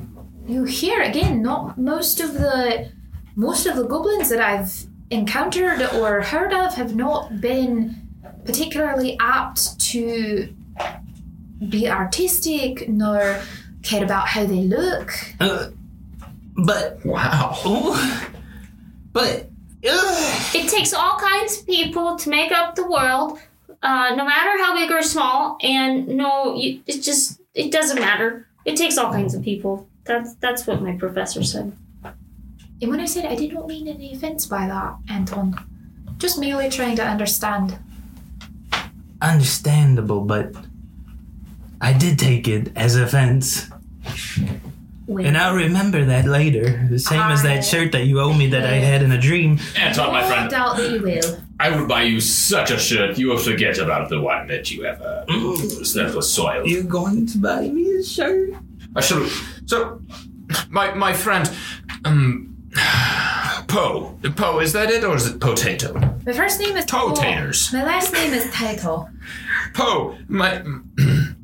Speaker 5: you here again? Not most of the most of the goblins that I've encountered or heard of have not been particularly apt to be artistic nor care about how they look.
Speaker 6: Uh, but, *laughs*
Speaker 9: Wow.
Speaker 6: oh, but, uh, ugh.
Speaker 7: It takes all kinds of people to make up the world, uh, no matter how big or small, and no, you, it just it doesn't matter. It takes all kinds of people. That's that's what my professor said.
Speaker 5: And when I said it, I did not mean any offense by that, Anton. Just merely trying to understand.
Speaker 6: understandable. But I did take it as offense,
Speaker 5: Wait.
Speaker 6: and I'll remember that later. The same as
Speaker 5: I-
Speaker 6: that shirt that you owe me that I had in a dream.
Speaker 9: Anton, my
Speaker 5: I
Speaker 9: friend,
Speaker 5: doubt that you will.
Speaker 9: I would buy you such a shirt you will forget about the one that you ever that was soiled.
Speaker 6: You're going to buy me a shirt?
Speaker 9: I should. So, my my friend, um, *sighs* Poe. Poe, is that it or is it potato?
Speaker 5: My first name is
Speaker 9: Toe
Speaker 5: Paul.
Speaker 9: taters.
Speaker 5: My last name is Title.
Speaker 4: Oh,
Speaker 9: Poe,
Speaker 4: *clears throat*
Speaker 9: my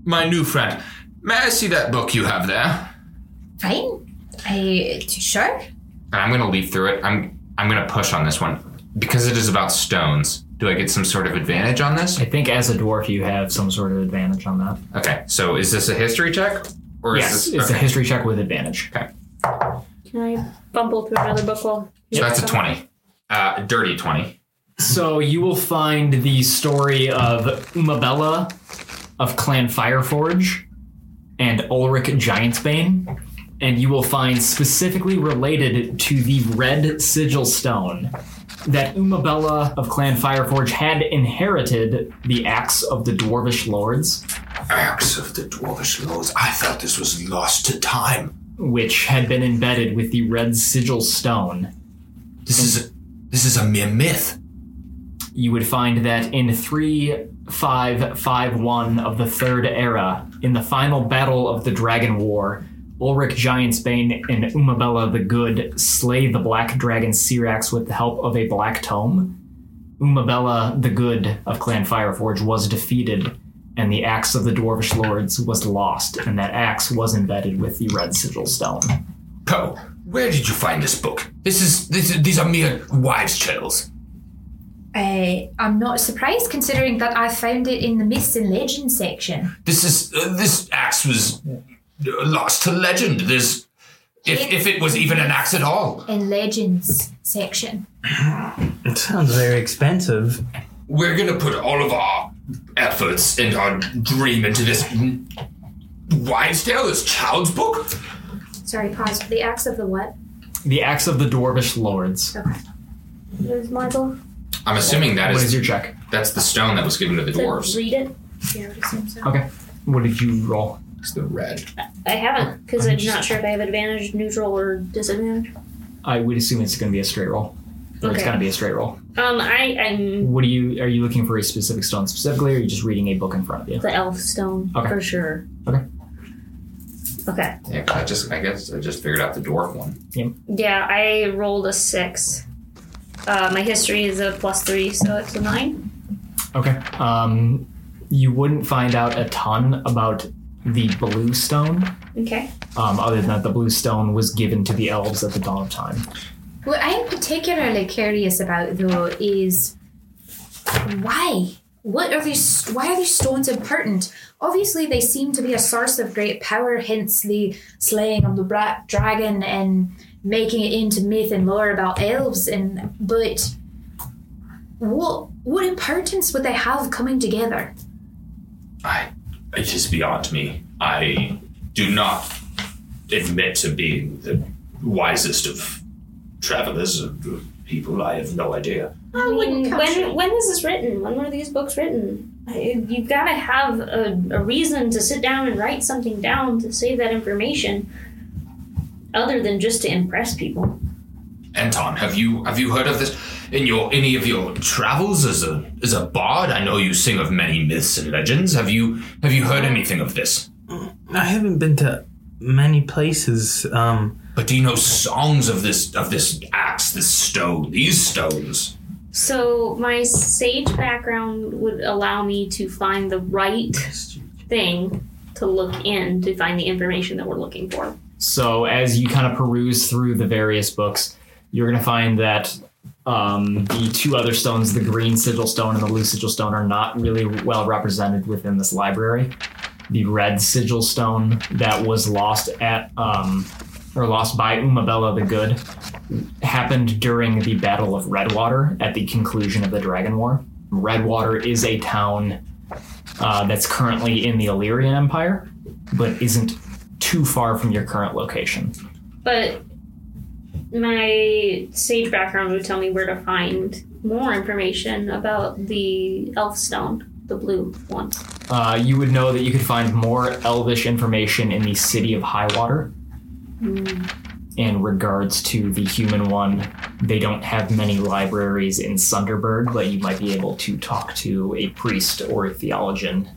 Speaker 9: my new friend. May I see that book you have there?
Speaker 5: Fine. I sure.
Speaker 4: And I'm gonna leaf through it. I'm I'm gonna push on this one because it is about stones. Do I get some sort of advantage on this?
Speaker 3: I think as a dwarf, you have some sort of advantage on that.
Speaker 4: Okay, so is this a history check? Or
Speaker 3: yes,
Speaker 4: is
Speaker 3: it's
Speaker 4: this
Speaker 3: a
Speaker 4: okay.
Speaker 3: history check with advantage.
Speaker 7: Can I bumble through another book while?
Speaker 4: so that's a twenty. Uh, dirty twenty.
Speaker 3: So you will find the story of Umabella of Clan Fireforge and Ulrich Giantsbane, and you will find specifically related to the Red Sigil Stone that Umabella of Clan Fireforge had inherited the axe of the Dwarvish Lords,
Speaker 9: Axe of the Dwarvish Lords. I thought this was lost to time.
Speaker 3: which had been embedded with the Red Sigil Stone.
Speaker 9: This is a, this is a mere myth.
Speaker 3: you would find that in 3551 of the Third Era, in the final battle of the Dragon War, Ulrich Giantsbane and Umabella the Good slay the Black Dragon Syrax with the help of a black tome. Umabella the Good of Clan Fireforge was defeated, and the axe of the Dwarvish Lords was lost, and that axe was embedded with the Red Sigil Stone.
Speaker 9: Poe, where did you find this book? This is this, these are mere wives' tales.
Speaker 5: I am not surprised considering that I found it in the myths and legends section.
Speaker 9: This is uh, this axe was uh, lost to legend. There's if if it was even an axe at all.
Speaker 5: In legends section.
Speaker 6: It sounds very expensive.
Speaker 9: We're gonna put all of our efforts and our dream into this mm, wives' tale, this child's book.
Speaker 5: Sorry, pause. The axe of the what?
Speaker 3: The axe of the Dwarvish Lords.
Speaker 7: There's my book.
Speaker 4: I'm assuming that
Speaker 3: What is
Speaker 4: is
Speaker 3: your check?
Speaker 4: that's the stone that was given to the dwarves.
Speaker 7: Read it.
Speaker 5: Yeah, it seems so.
Speaker 3: Okay. What did you roll?
Speaker 4: It's the red.
Speaker 7: I haven't because I'm not sure if I have advantage, neutral, or disadvantage.
Speaker 3: I would assume it's going to be a straight roll. Or it's
Speaker 7: Okay.
Speaker 3: got to be a straight roll.
Speaker 7: Um, I I'm
Speaker 3: What do you are you looking for a specific stone specifically, or are you just reading a book in front of you?
Speaker 7: the elf stone
Speaker 3: Okay.
Speaker 7: for sure.
Speaker 3: Okay.
Speaker 7: Okay.
Speaker 4: Yeah, I just I guess I just figured out the dwarf one.
Speaker 7: Yeah, I rolled a six. Uh, my history is a plus three, so it's a nine.
Speaker 3: Okay. Um, you wouldn't find out a ton about the blue stone,
Speaker 7: Okay.
Speaker 3: um, other than that the blue stone was given to the elves at the dawn of time.
Speaker 5: What I'm particularly curious about though is why? What are these why are these stones important? Obviously they seem to be a source of great power, hence the slaying of the bra- dragon and making it into myth and lore about elves and but what what importance would they have coming together?
Speaker 12: I. It is beyond me. I do not admit to being the wisest of travelers of people. I have no idea.
Speaker 7: I
Speaker 5: wouldn't count
Speaker 7: when
Speaker 5: it.
Speaker 7: when was this written? When were these books written? I- You've got to have a, a reason to sit down and write something down to save that information, other than just to impress people.
Speaker 9: Anton, have you have you heard of this in your any of your travels as a as a bard? I know you sing of many myths and legends. Have you have you heard anything of this?
Speaker 6: I haven't been to many places. Um,
Speaker 9: But do you know songs of this of this axe, this stone, these stones?
Speaker 7: So my sage background would allow me to find the right thing to look in to find the information that we're looking for.
Speaker 3: So as you kind of peruse through the various books, you're going to find that um, the two other stones, the green sigil stone and the blue sigil stone, are not really well represented within this library. The red sigil stone that was lost at um, or lost by Umabella the Good happened during the Battle of Redwater at the conclusion of the Dragon War. Redwater is a town uh, that's currently in the Illyrian Empire, but isn't too far from your current location.
Speaker 7: But my sage background would tell me where to find more information about the elf stone, the blue one.
Speaker 3: Uh, you would know that you could find more elvish information in the city of Highwater. In regards to the human one, they don't have many libraries in Sunderberg, but you might be able to talk to a priest or a theologian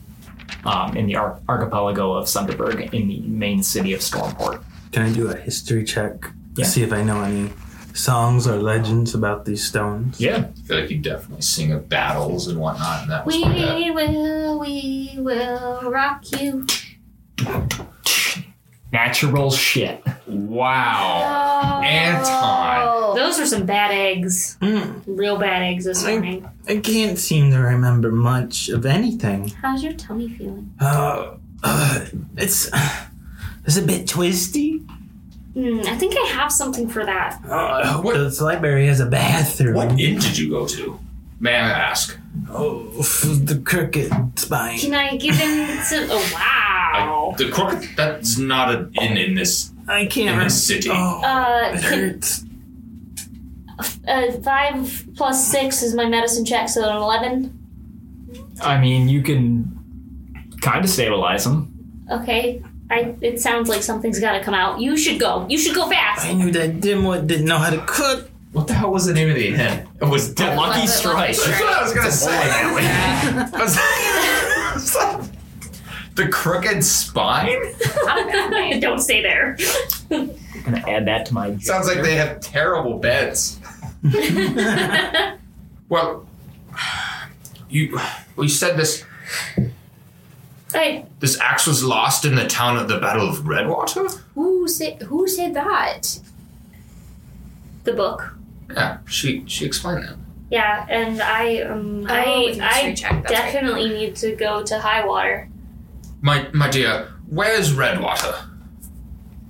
Speaker 3: um, in the ar- archipelago of Sunderberg in the main city of Stormport.
Speaker 6: can I do a history check?
Speaker 3: Yeah.
Speaker 6: See if I know any songs or legends about these stones?
Speaker 3: Yeah.
Speaker 4: I feel like you definitely sing of battles and whatnot, and that was
Speaker 13: We
Speaker 4: part of that.
Speaker 13: will, we will rock you.
Speaker 3: Natural shit.
Speaker 14: Wow.
Speaker 13: Oh.
Speaker 14: Anton.
Speaker 7: Those were some bad eggs.
Speaker 6: Mm,
Speaker 7: Real bad eggs this morning.
Speaker 6: I can't seem to remember much of anything.
Speaker 13: How's your tummy feeling?
Speaker 6: Uh, uh, it's it's a bit twisty.
Speaker 7: Hmm, I think I have something for that.
Speaker 6: Uh, I hope
Speaker 4: What-
Speaker 6: this library has a bathroom.
Speaker 4: What inn did you go to? May I ask?
Speaker 6: Oh, f- the crooked spine.
Speaker 7: Can I give him some? Oh
Speaker 4: I,
Speaker 7: wow!
Speaker 4: the crooked. That's not an inn in this
Speaker 6: I can't.
Speaker 4: in
Speaker 6: rem-
Speaker 4: this city.
Speaker 6: Oh,
Speaker 13: Uh,
Speaker 6: it
Speaker 13: can,
Speaker 6: hurts.
Speaker 13: uh, five plus six is my medicine check, so an eleven.
Speaker 3: I mean, you can kind of stabilize them.
Speaker 13: Okay, I. It sounds like something's got to come out. You should go. You should go fast. *laughs*
Speaker 6: I knew that Dimwit didn't know how to cook.
Speaker 4: What the hell was the name of the inn?
Speaker 3: It was the lucky strike.
Speaker 4: That's what I was gonna *laughs* say. *laughs* the crooked spine
Speaker 7: Don't stay there.
Speaker 3: I'm gonna add that to my.
Speaker 4: sounds like they have terrible *laughs* beds. well, *sighs* you well, you said this
Speaker 13: Hey,
Speaker 4: this axe was lost in the town at the Battle of Redwater.
Speaker 5: Who said who said that?
Speaker 7: The book.
Speaker 4: Yeah, she she explained that.
Speaker 7: Yeah, and I um
Speaker 5: Oh,
Speaker 7: I I
Speaker 5: check. That's right.
Speaker 7: definitely need to go to high water.
Speaker 4: My my dear, where's Redwater?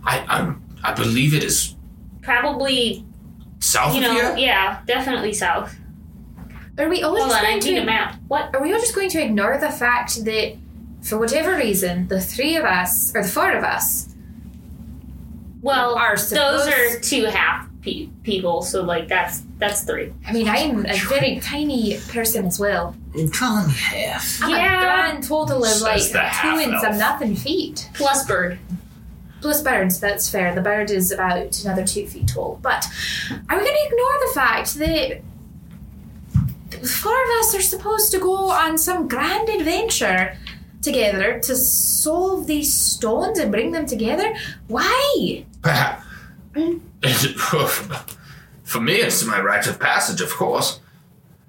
Speaker 4: I I'm, I believe it is
Speaker 7: Probably
Speaker 4: south
Speaker 7: you know
Speaker 4: of here.
Speaker 7: yeah definitely south.
Speaker 5: Are we all
Speaker 7: Hold
Speaker 5: just
Speaker 7: on, I
Speaker 5: going
Speaker 7: need a
Speaker 5: to
Speaker 7: map. What?
Speaker 5: are we all just going to ignore the fact that for whatever reason the three of us or the four of us
Speaker 7: Well,
Speaker 5: are
Speaker 7: those
Speaker 5: supposed
Speaker 7: are two half pe- people, so like that's that's three.
Speaker 5: I mean I'm a
Speaker 7: *laughs*
Speaker 5: very tiny person as well.
Speaker 6: You call me half.
Speaker 5: I'm
Speaker 7: Yeah.
Speaker 5: a grand total of
Speaker 4: Says
Speaker 5: like
Speaker 4: the half
Speaker 5: two and
Speaker 4: elf.
Speaker 5: some nothing feet.
Speaker 7: Plus bird.
Speaker 5: Plus birds, that's fair. The bird is about another two feet tall. But are we going to ignore the fact that the four of us are supposed to go on some grand adventure together to solve these stones and bring them together? Why?
Speaker 7: *laughs*
Speaker 4: Perhaps. *laughs* For me, it's my rite of passage, of course.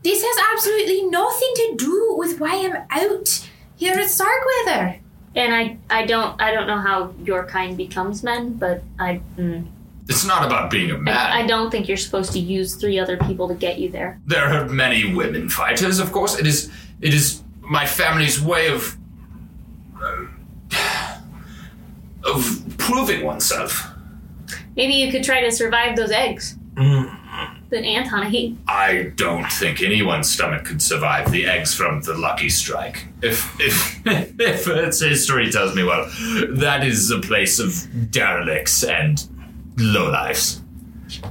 Speaker 5: This has absolutely nothing to do with why I'm out here at Starkweather.
Speaker 7: And I I don't I don't know how your kind becomes men, but I mm,
Speaker 4: It's not about being a man.
Speaker 7: I, I don't think you're supposed to use three other people to get you there.
Speaker 4: there are many women fighters, of course. It is, it is my family's way of uh, *sighs* of proving oneself.
Speaker 7: Maybe you could try to survive those eggs.
Speaker 6: Mm,
Speaker 7: That Anton ate.
Speaker 4: I don't think anyone's stomach could survive the eggs from the Lucky Strike. If if *laughs* if its history tells me well, that is a place of derelicts and lowlifes.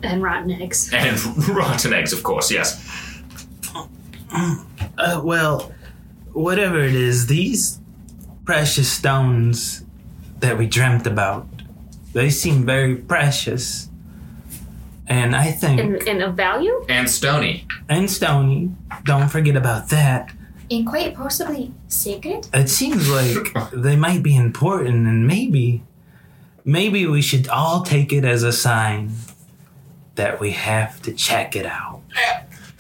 Speaker 7: and rotten eggs.
Speaker 4: And *laughs* rotten eggs, of course, yes.
Speaker 6: uh, well, whatever it is, these precious stones that we dreamt about, they seem very precious. And I think,
Speaker 7: And, and of value?
Speaker 4: And stony.
Speaker 6: and Stony, don't forget about that.
Speaker 5: And quite possibly sacred?
Speaker 6: It seems like they might be important, and maybe, maybe we should all take it as a sign that we have to check it out.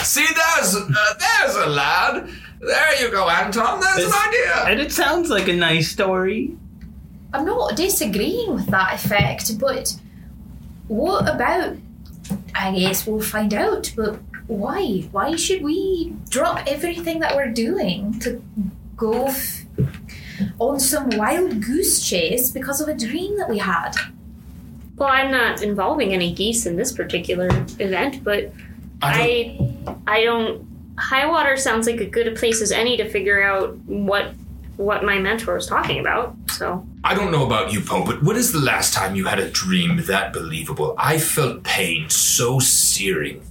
Speaker 4: See, there's, uh, there's a lad. There you go, Anton. There's
Speaker 6: It's-
Speaker 4: idea.
Speaker 6: And it sounds like a nice story.
Speaker 5: I'm not disagreeing with that effect, but what about? I guess we'll find out, but why? Why should we drop everything that we're doing to go f- on some wild goose chase because of a dream that we had?
Speaker 7: Well, I'm not involving any geese in this particular event, but I don't, I, don't. High water sounds like a good place as any to figure out what what my mentor was talking about. So
Speaker 4: I don't know about you, Poe, but when is the last time you had a dream that believable? I felt pain so searing.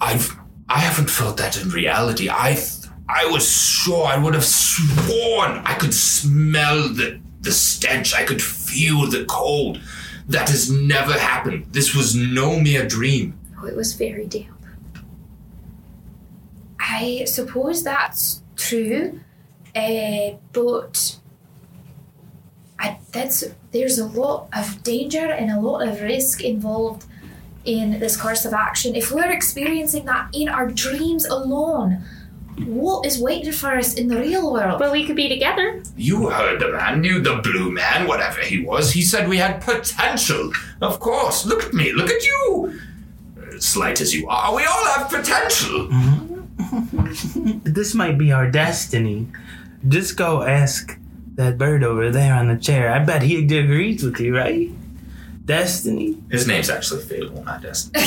Speaker 4: I've I haven't felt that in reality. I I was sure I would have sworn I could smell the the stench. I could feel the cold. That has never happened. This was no mere dream.
Speaker 5: Oh, it was very damp. I suppose that's true, uh, but I, that's there's a lot of danger and a lot of risk involved in this course of action, if we're experiencing that in our dreams alone, what is waiting for us in the real world?
Speaker 7: But we could be together.
Speaker 4: You heard the man, you the blue man, whatever he was. He said we had potential. Of course. Look at me. Look at you. Uh, Slight as you are, we all have potential.
Speaker 6: This might be our destiny. Just go ask that bird over there on the chair. I bet he agrees with you, right? Destiny?
Speaker 4: His name's actually Fable, not Destiny.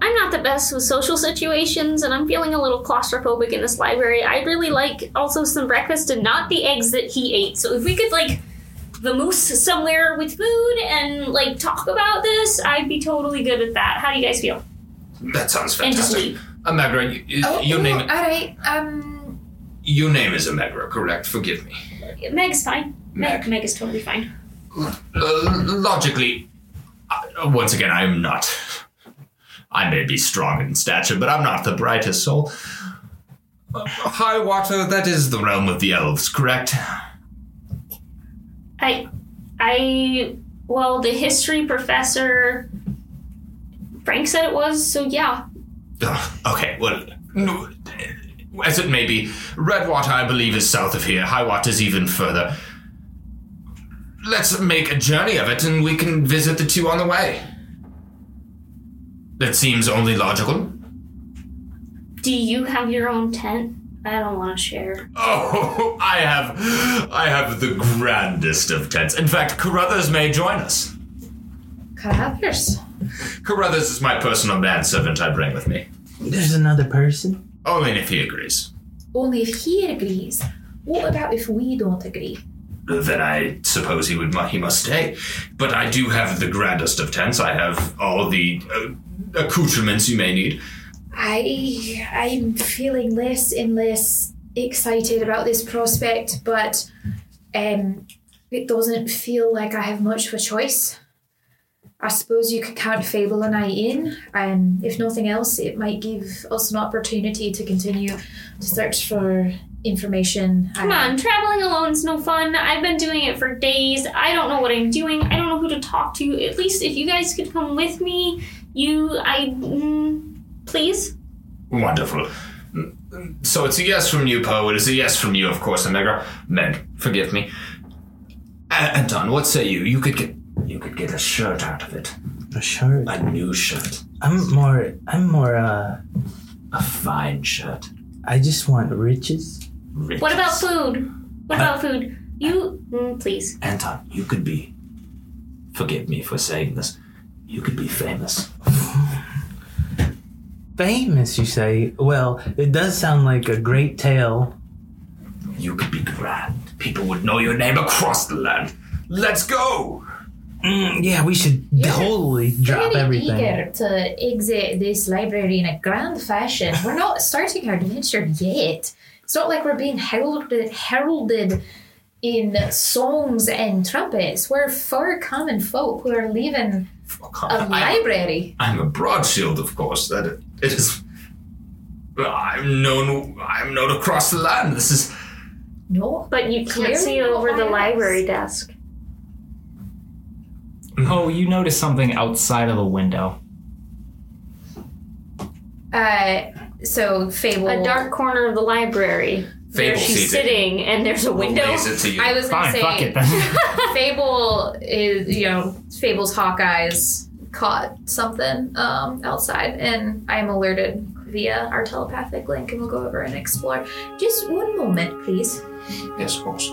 Speaker 7: I'm not the best with social situations, and I'm feeling a little claustrophobic in this library. I'd really like also some breakfast and not the eggs that he ate. So if we could like vamoose somewhere with food and like talk about this, I'd be totally good at that. How do you guys feel?
Speaker 4: That sounds
Speaker 7: And just
Speaker 4: fantastic.
Speaker 7: leave.
Speaker 4: Amegra, you, you-
Speaker 5: Oh,
Speaker 4: your
Speaker 5: oh,
Speaker 4: name
Speaker 5: All right. Um.
Speaker 4: your name is Amegra, correct? Forgive me.
Speaker 7: Meg's fine. Meg,
Speaker 4: Meg.
Speaker 7: Meg is totally fine.
Speaker 4: Uh, logically, I, once again, I'm not. I may be strong in stature, but I'm not the brightest soul. Uh, high water, that is the realm of the elves, correct?
Speaker 7: I, I, well, the history professor, Frank said it was, so yeah.
Speaker 4: Ugh, okay, well, no, as it may be, Redwater, I believe, is south of here. Highwater is even further. Let's make a journey of it, and we can visit the two on the way. That seems only logical.
Speaker 7: Do you have your own tent? I don't want to share.
Speaker 4: Oh, *laughs* I have, I have the grandest of tents. In fact, Carruthers may join us.
Speaker 5: Carruthers.
Speaker 4: Carruthers is my personal manservant I bring with me,
Speaker 6: There's another person?
Speaker 4: only if he agrees.
Speaker 5: Only if he agrees. What about if we don't agree?
Speaker 4: Then I suppose he would mu- he must stay. But I do have the grandest of tents. I have all the uh, accoutrements you may need.
Speaker 5: I I'm feeling less and less excited about this prospect, but um, it doesn't feel like I have much of a choice. I suppose you could count Fable and I in. Um, if nothing else, it might give us an opportunity to continue to search for information.
Speaker 7: Come on, traveling alone's no fun. I've been doing it for days. I don't know what I'm doing. I don't know who to talk to. At least if you guys could come with me, you, I, mm, please.
Speaker 4: Wonderful. So it's a yes from you, Poe. It is a yes from you, of course, Allegra. Meg, forgive me. A- Anton, what say you? You could get you could get a shirt out of it.
Speaker 6: A shirt.
Speaker 4: A new shirt.
Speaker 6: I'm more. I'm more, uh.
Speaker 4: A fine shirt.
Speaker 6: I just want riches.
Speaker 4: Rich.
Speaker 7: What about food? What about food? You, mm, please.
Speaker 4: Anton, you could be forgive me for saying this. You could be famous.
Speaker 6: Famous, you say? Well, it does sound like a great tale.
Speaker 4: You could be grand. People would know your name across the land. Let's go!
Speaker 6: Mm, yeah, we should totally drop
Speaker 5: very
Speaker 6: everything.
Speaker 5: eager to exit this library in a grand fashion. We're not *laughs* starting our adventure yet. It's not like we're being heralded, heralded in songs and trumpets. We're for common folk who are leaving a
Speaker 4: I,
Speaker 5: library.
Speaker 4: am a broadshield, of course. That it is. I'm known. I'm known across the land. This is.
Speaker 5: No,
Speaker 7: But you can't see
Speaker 5: Clearly
Speaker 7: over the
Speaker 5: not.
Speaker 7: library desk.
Speaker 1: Oh, you notice something outside of the window.
Speaker 5: uh, so fable.
Speaker 7: A dark corner of the library. where
Speaker 4: Fable
Speaker 7: she's
Speaker 4: sees it.
Speaker 7: sitting and there's a window.
Speaker 4: Lays it to you.
Speaker 5: I was gonna
Speaker 1: Fine,
Speaker 5: say
Speaker 1: fuck it then.
Speaker 5: *laughs* Fable is, you know, Fable's Hawkeyes caught something um, outside, and I am alerted via our telepathic link, and we'll go over and explore. Just one moment, please.
Speaker 4: yes, of course.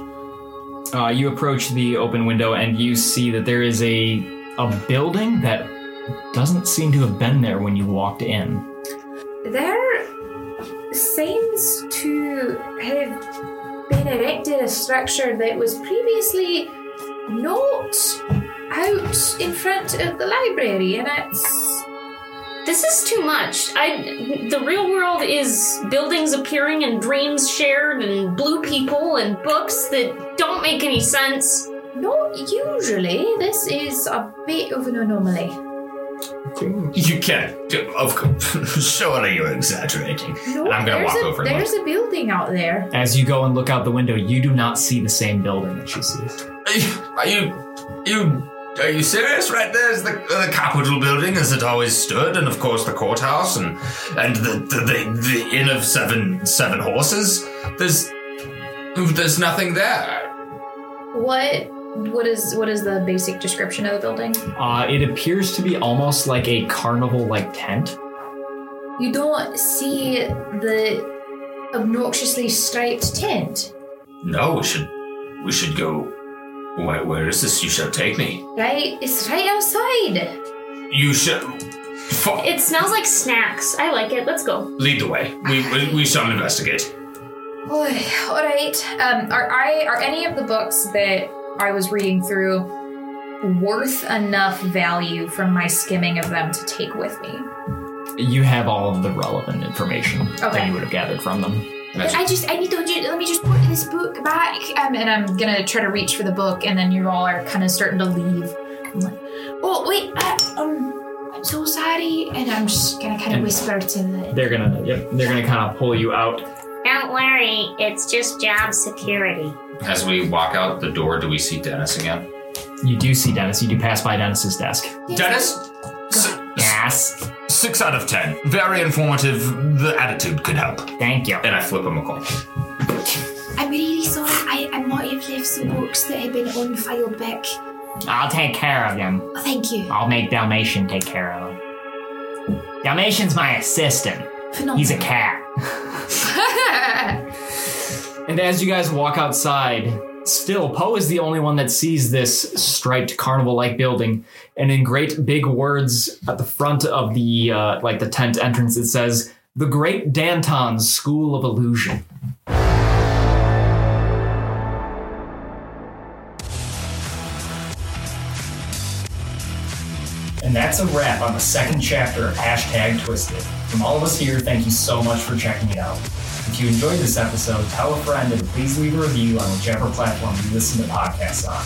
Speaker 1: Uh, you approach the open window and you see that there is a a building that doesn't seem to have been there when you walked in.
Speaker 5: There seems to have been erected a structure that was previously not out in front of the library, and it's
Speaker 7: This is too much. I the real world is buildings appearing and dreams shared and blue people and books that don't make any sense.
Speaker 5: not usually. This is a bit of an anomaly.
Speaker 4: You can't. do- Of course. *laughs* Surely you're exaggerating.
Speaker 5: No,
Speaker 4: And I'm gonna
Speaker 5: there's
Speaker 4: walk
Speaker 5: a,
Speaker 4: over and
Speaker 5: There's a building out there.
Speaker 1: As you go and look out the window, you do not see the same building that she sees.
Speaker 4: Are you? Are you? You Are you serious? Right there's the the Capitol building as it always stood, and of course the courthouse and and the the, the, the inn of seven seven horses.
Speaker 15: There's there's nothing there.
Speaker 5: What? What is what is the basic description of the building?
Speaker 1: Uh, it appears to be almost like a carnival like tent.
Speaker 5: You don't see the obnoxiously striped tent,
Speaker 4: No, we should we should go. Where, where is this? You shall take me.
Speaker 5: right? It's right outside.
Speaker 4: You shall fo-
Speaker 7: It smells like snacks. I like it. Let's go.
Speaker 4: lead the way. We, we we shall investigate.
Speaker 5: Oy, all right. Um, are I are any of the books that I was reading through worth enough value from my skimming of them to take with me?
Speaker 1: You have all of the relevant information that
Speaker 5: Okay.
Speaker 1: you would have gathered from them.
Speaker 5: I just I need to ju- let me just put this book back, um, and I'm gonna try to reach for the book, and then you all are kind of starting to leave. I'm like, oh wait, uh, um, I'm so sorry, and I'm just gonna kind of whisper to the.
Speaker 1: They're gonna, yep, they're gonna kind of pull you out.
Speaker 7: Don't worry. It's just job security.
Speaker 16: As we walk out the door, do we see Dennis again?
Speaker 1: You do see Dennis. You do pass by Dennis's desk.
Speaker 4: Dennis, s-
Speaker 1: Yes.
Speaker 4: six out of ten. Very informative. The attitude could help.
Speaker 1: Thank you.
Speaker 4: And I flip him a coin.
Speaker 5: I'm really sorry. I, I might have left some books that had been on file back.
Speaker 1: I'll take care of them.
Speaker 5: Oh, thank you.
Speaker 1: I'll make Dalmatian take care of him. Dalmatian's my assistant.
Speaker 5: Phenomenal.
Speaker 1: He's a cat.
Speaker 5: *laughs*
Speaker 1: and as you guys walk outside, still Poe is the only one that sees this striped carnival-like building. And in great big words at the front of the uh, like the tent entrance, it says, "The Great Danton School of Illusion." And that's a wrap on the second chapter of Hashtag Twisted. From all of us here, thank you so much for checking it out. If you enjoyed this episode, tell a friend and please leave a review on whichever platform you listen to podcasts on.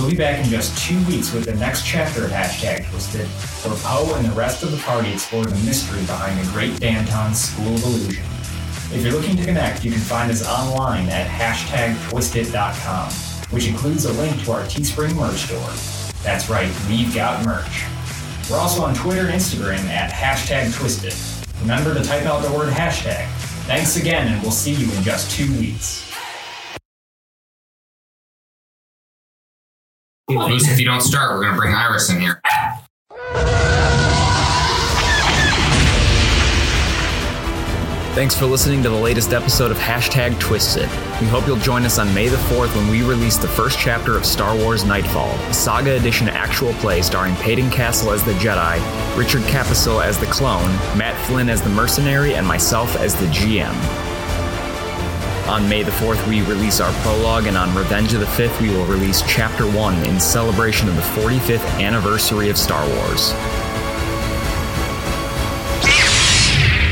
Speaker 1: We'll be back in just two weeks with the next chapter of Hashtag Twisted, where Poe and the rest of the party explore the mystery behind the Great Danton School of Illusion. If you're looking to connect, you can find us online at hashtagtwisted.com, which includes a link to our Teespring merch store. That's right, we've got merch. We're also on Twitter and Instagram at hashtag twisted. Remember to type out the word hashtag. Thanks again, and we'll see you in just two weeks.
Speaker 16: Moose, if you don't start, we're gonna bring Iris in here.
Speaker 3: Thanks for listening to the latest episode of Hashtag Twisted. We hope you'll join us on May the 4th when we release the first chapter of Star Wars Nightfall, a Saga Edition actual play starring Peyton Castle as the Jedi, Richard Capiso as the clone, Matt Flynn as the mercenary, and myself as the GM. On May the 4th, we release our prologue, and on Revenge of the 5th, we will release Chapter 1 in celebration of the 45th anniversary of Star Wars.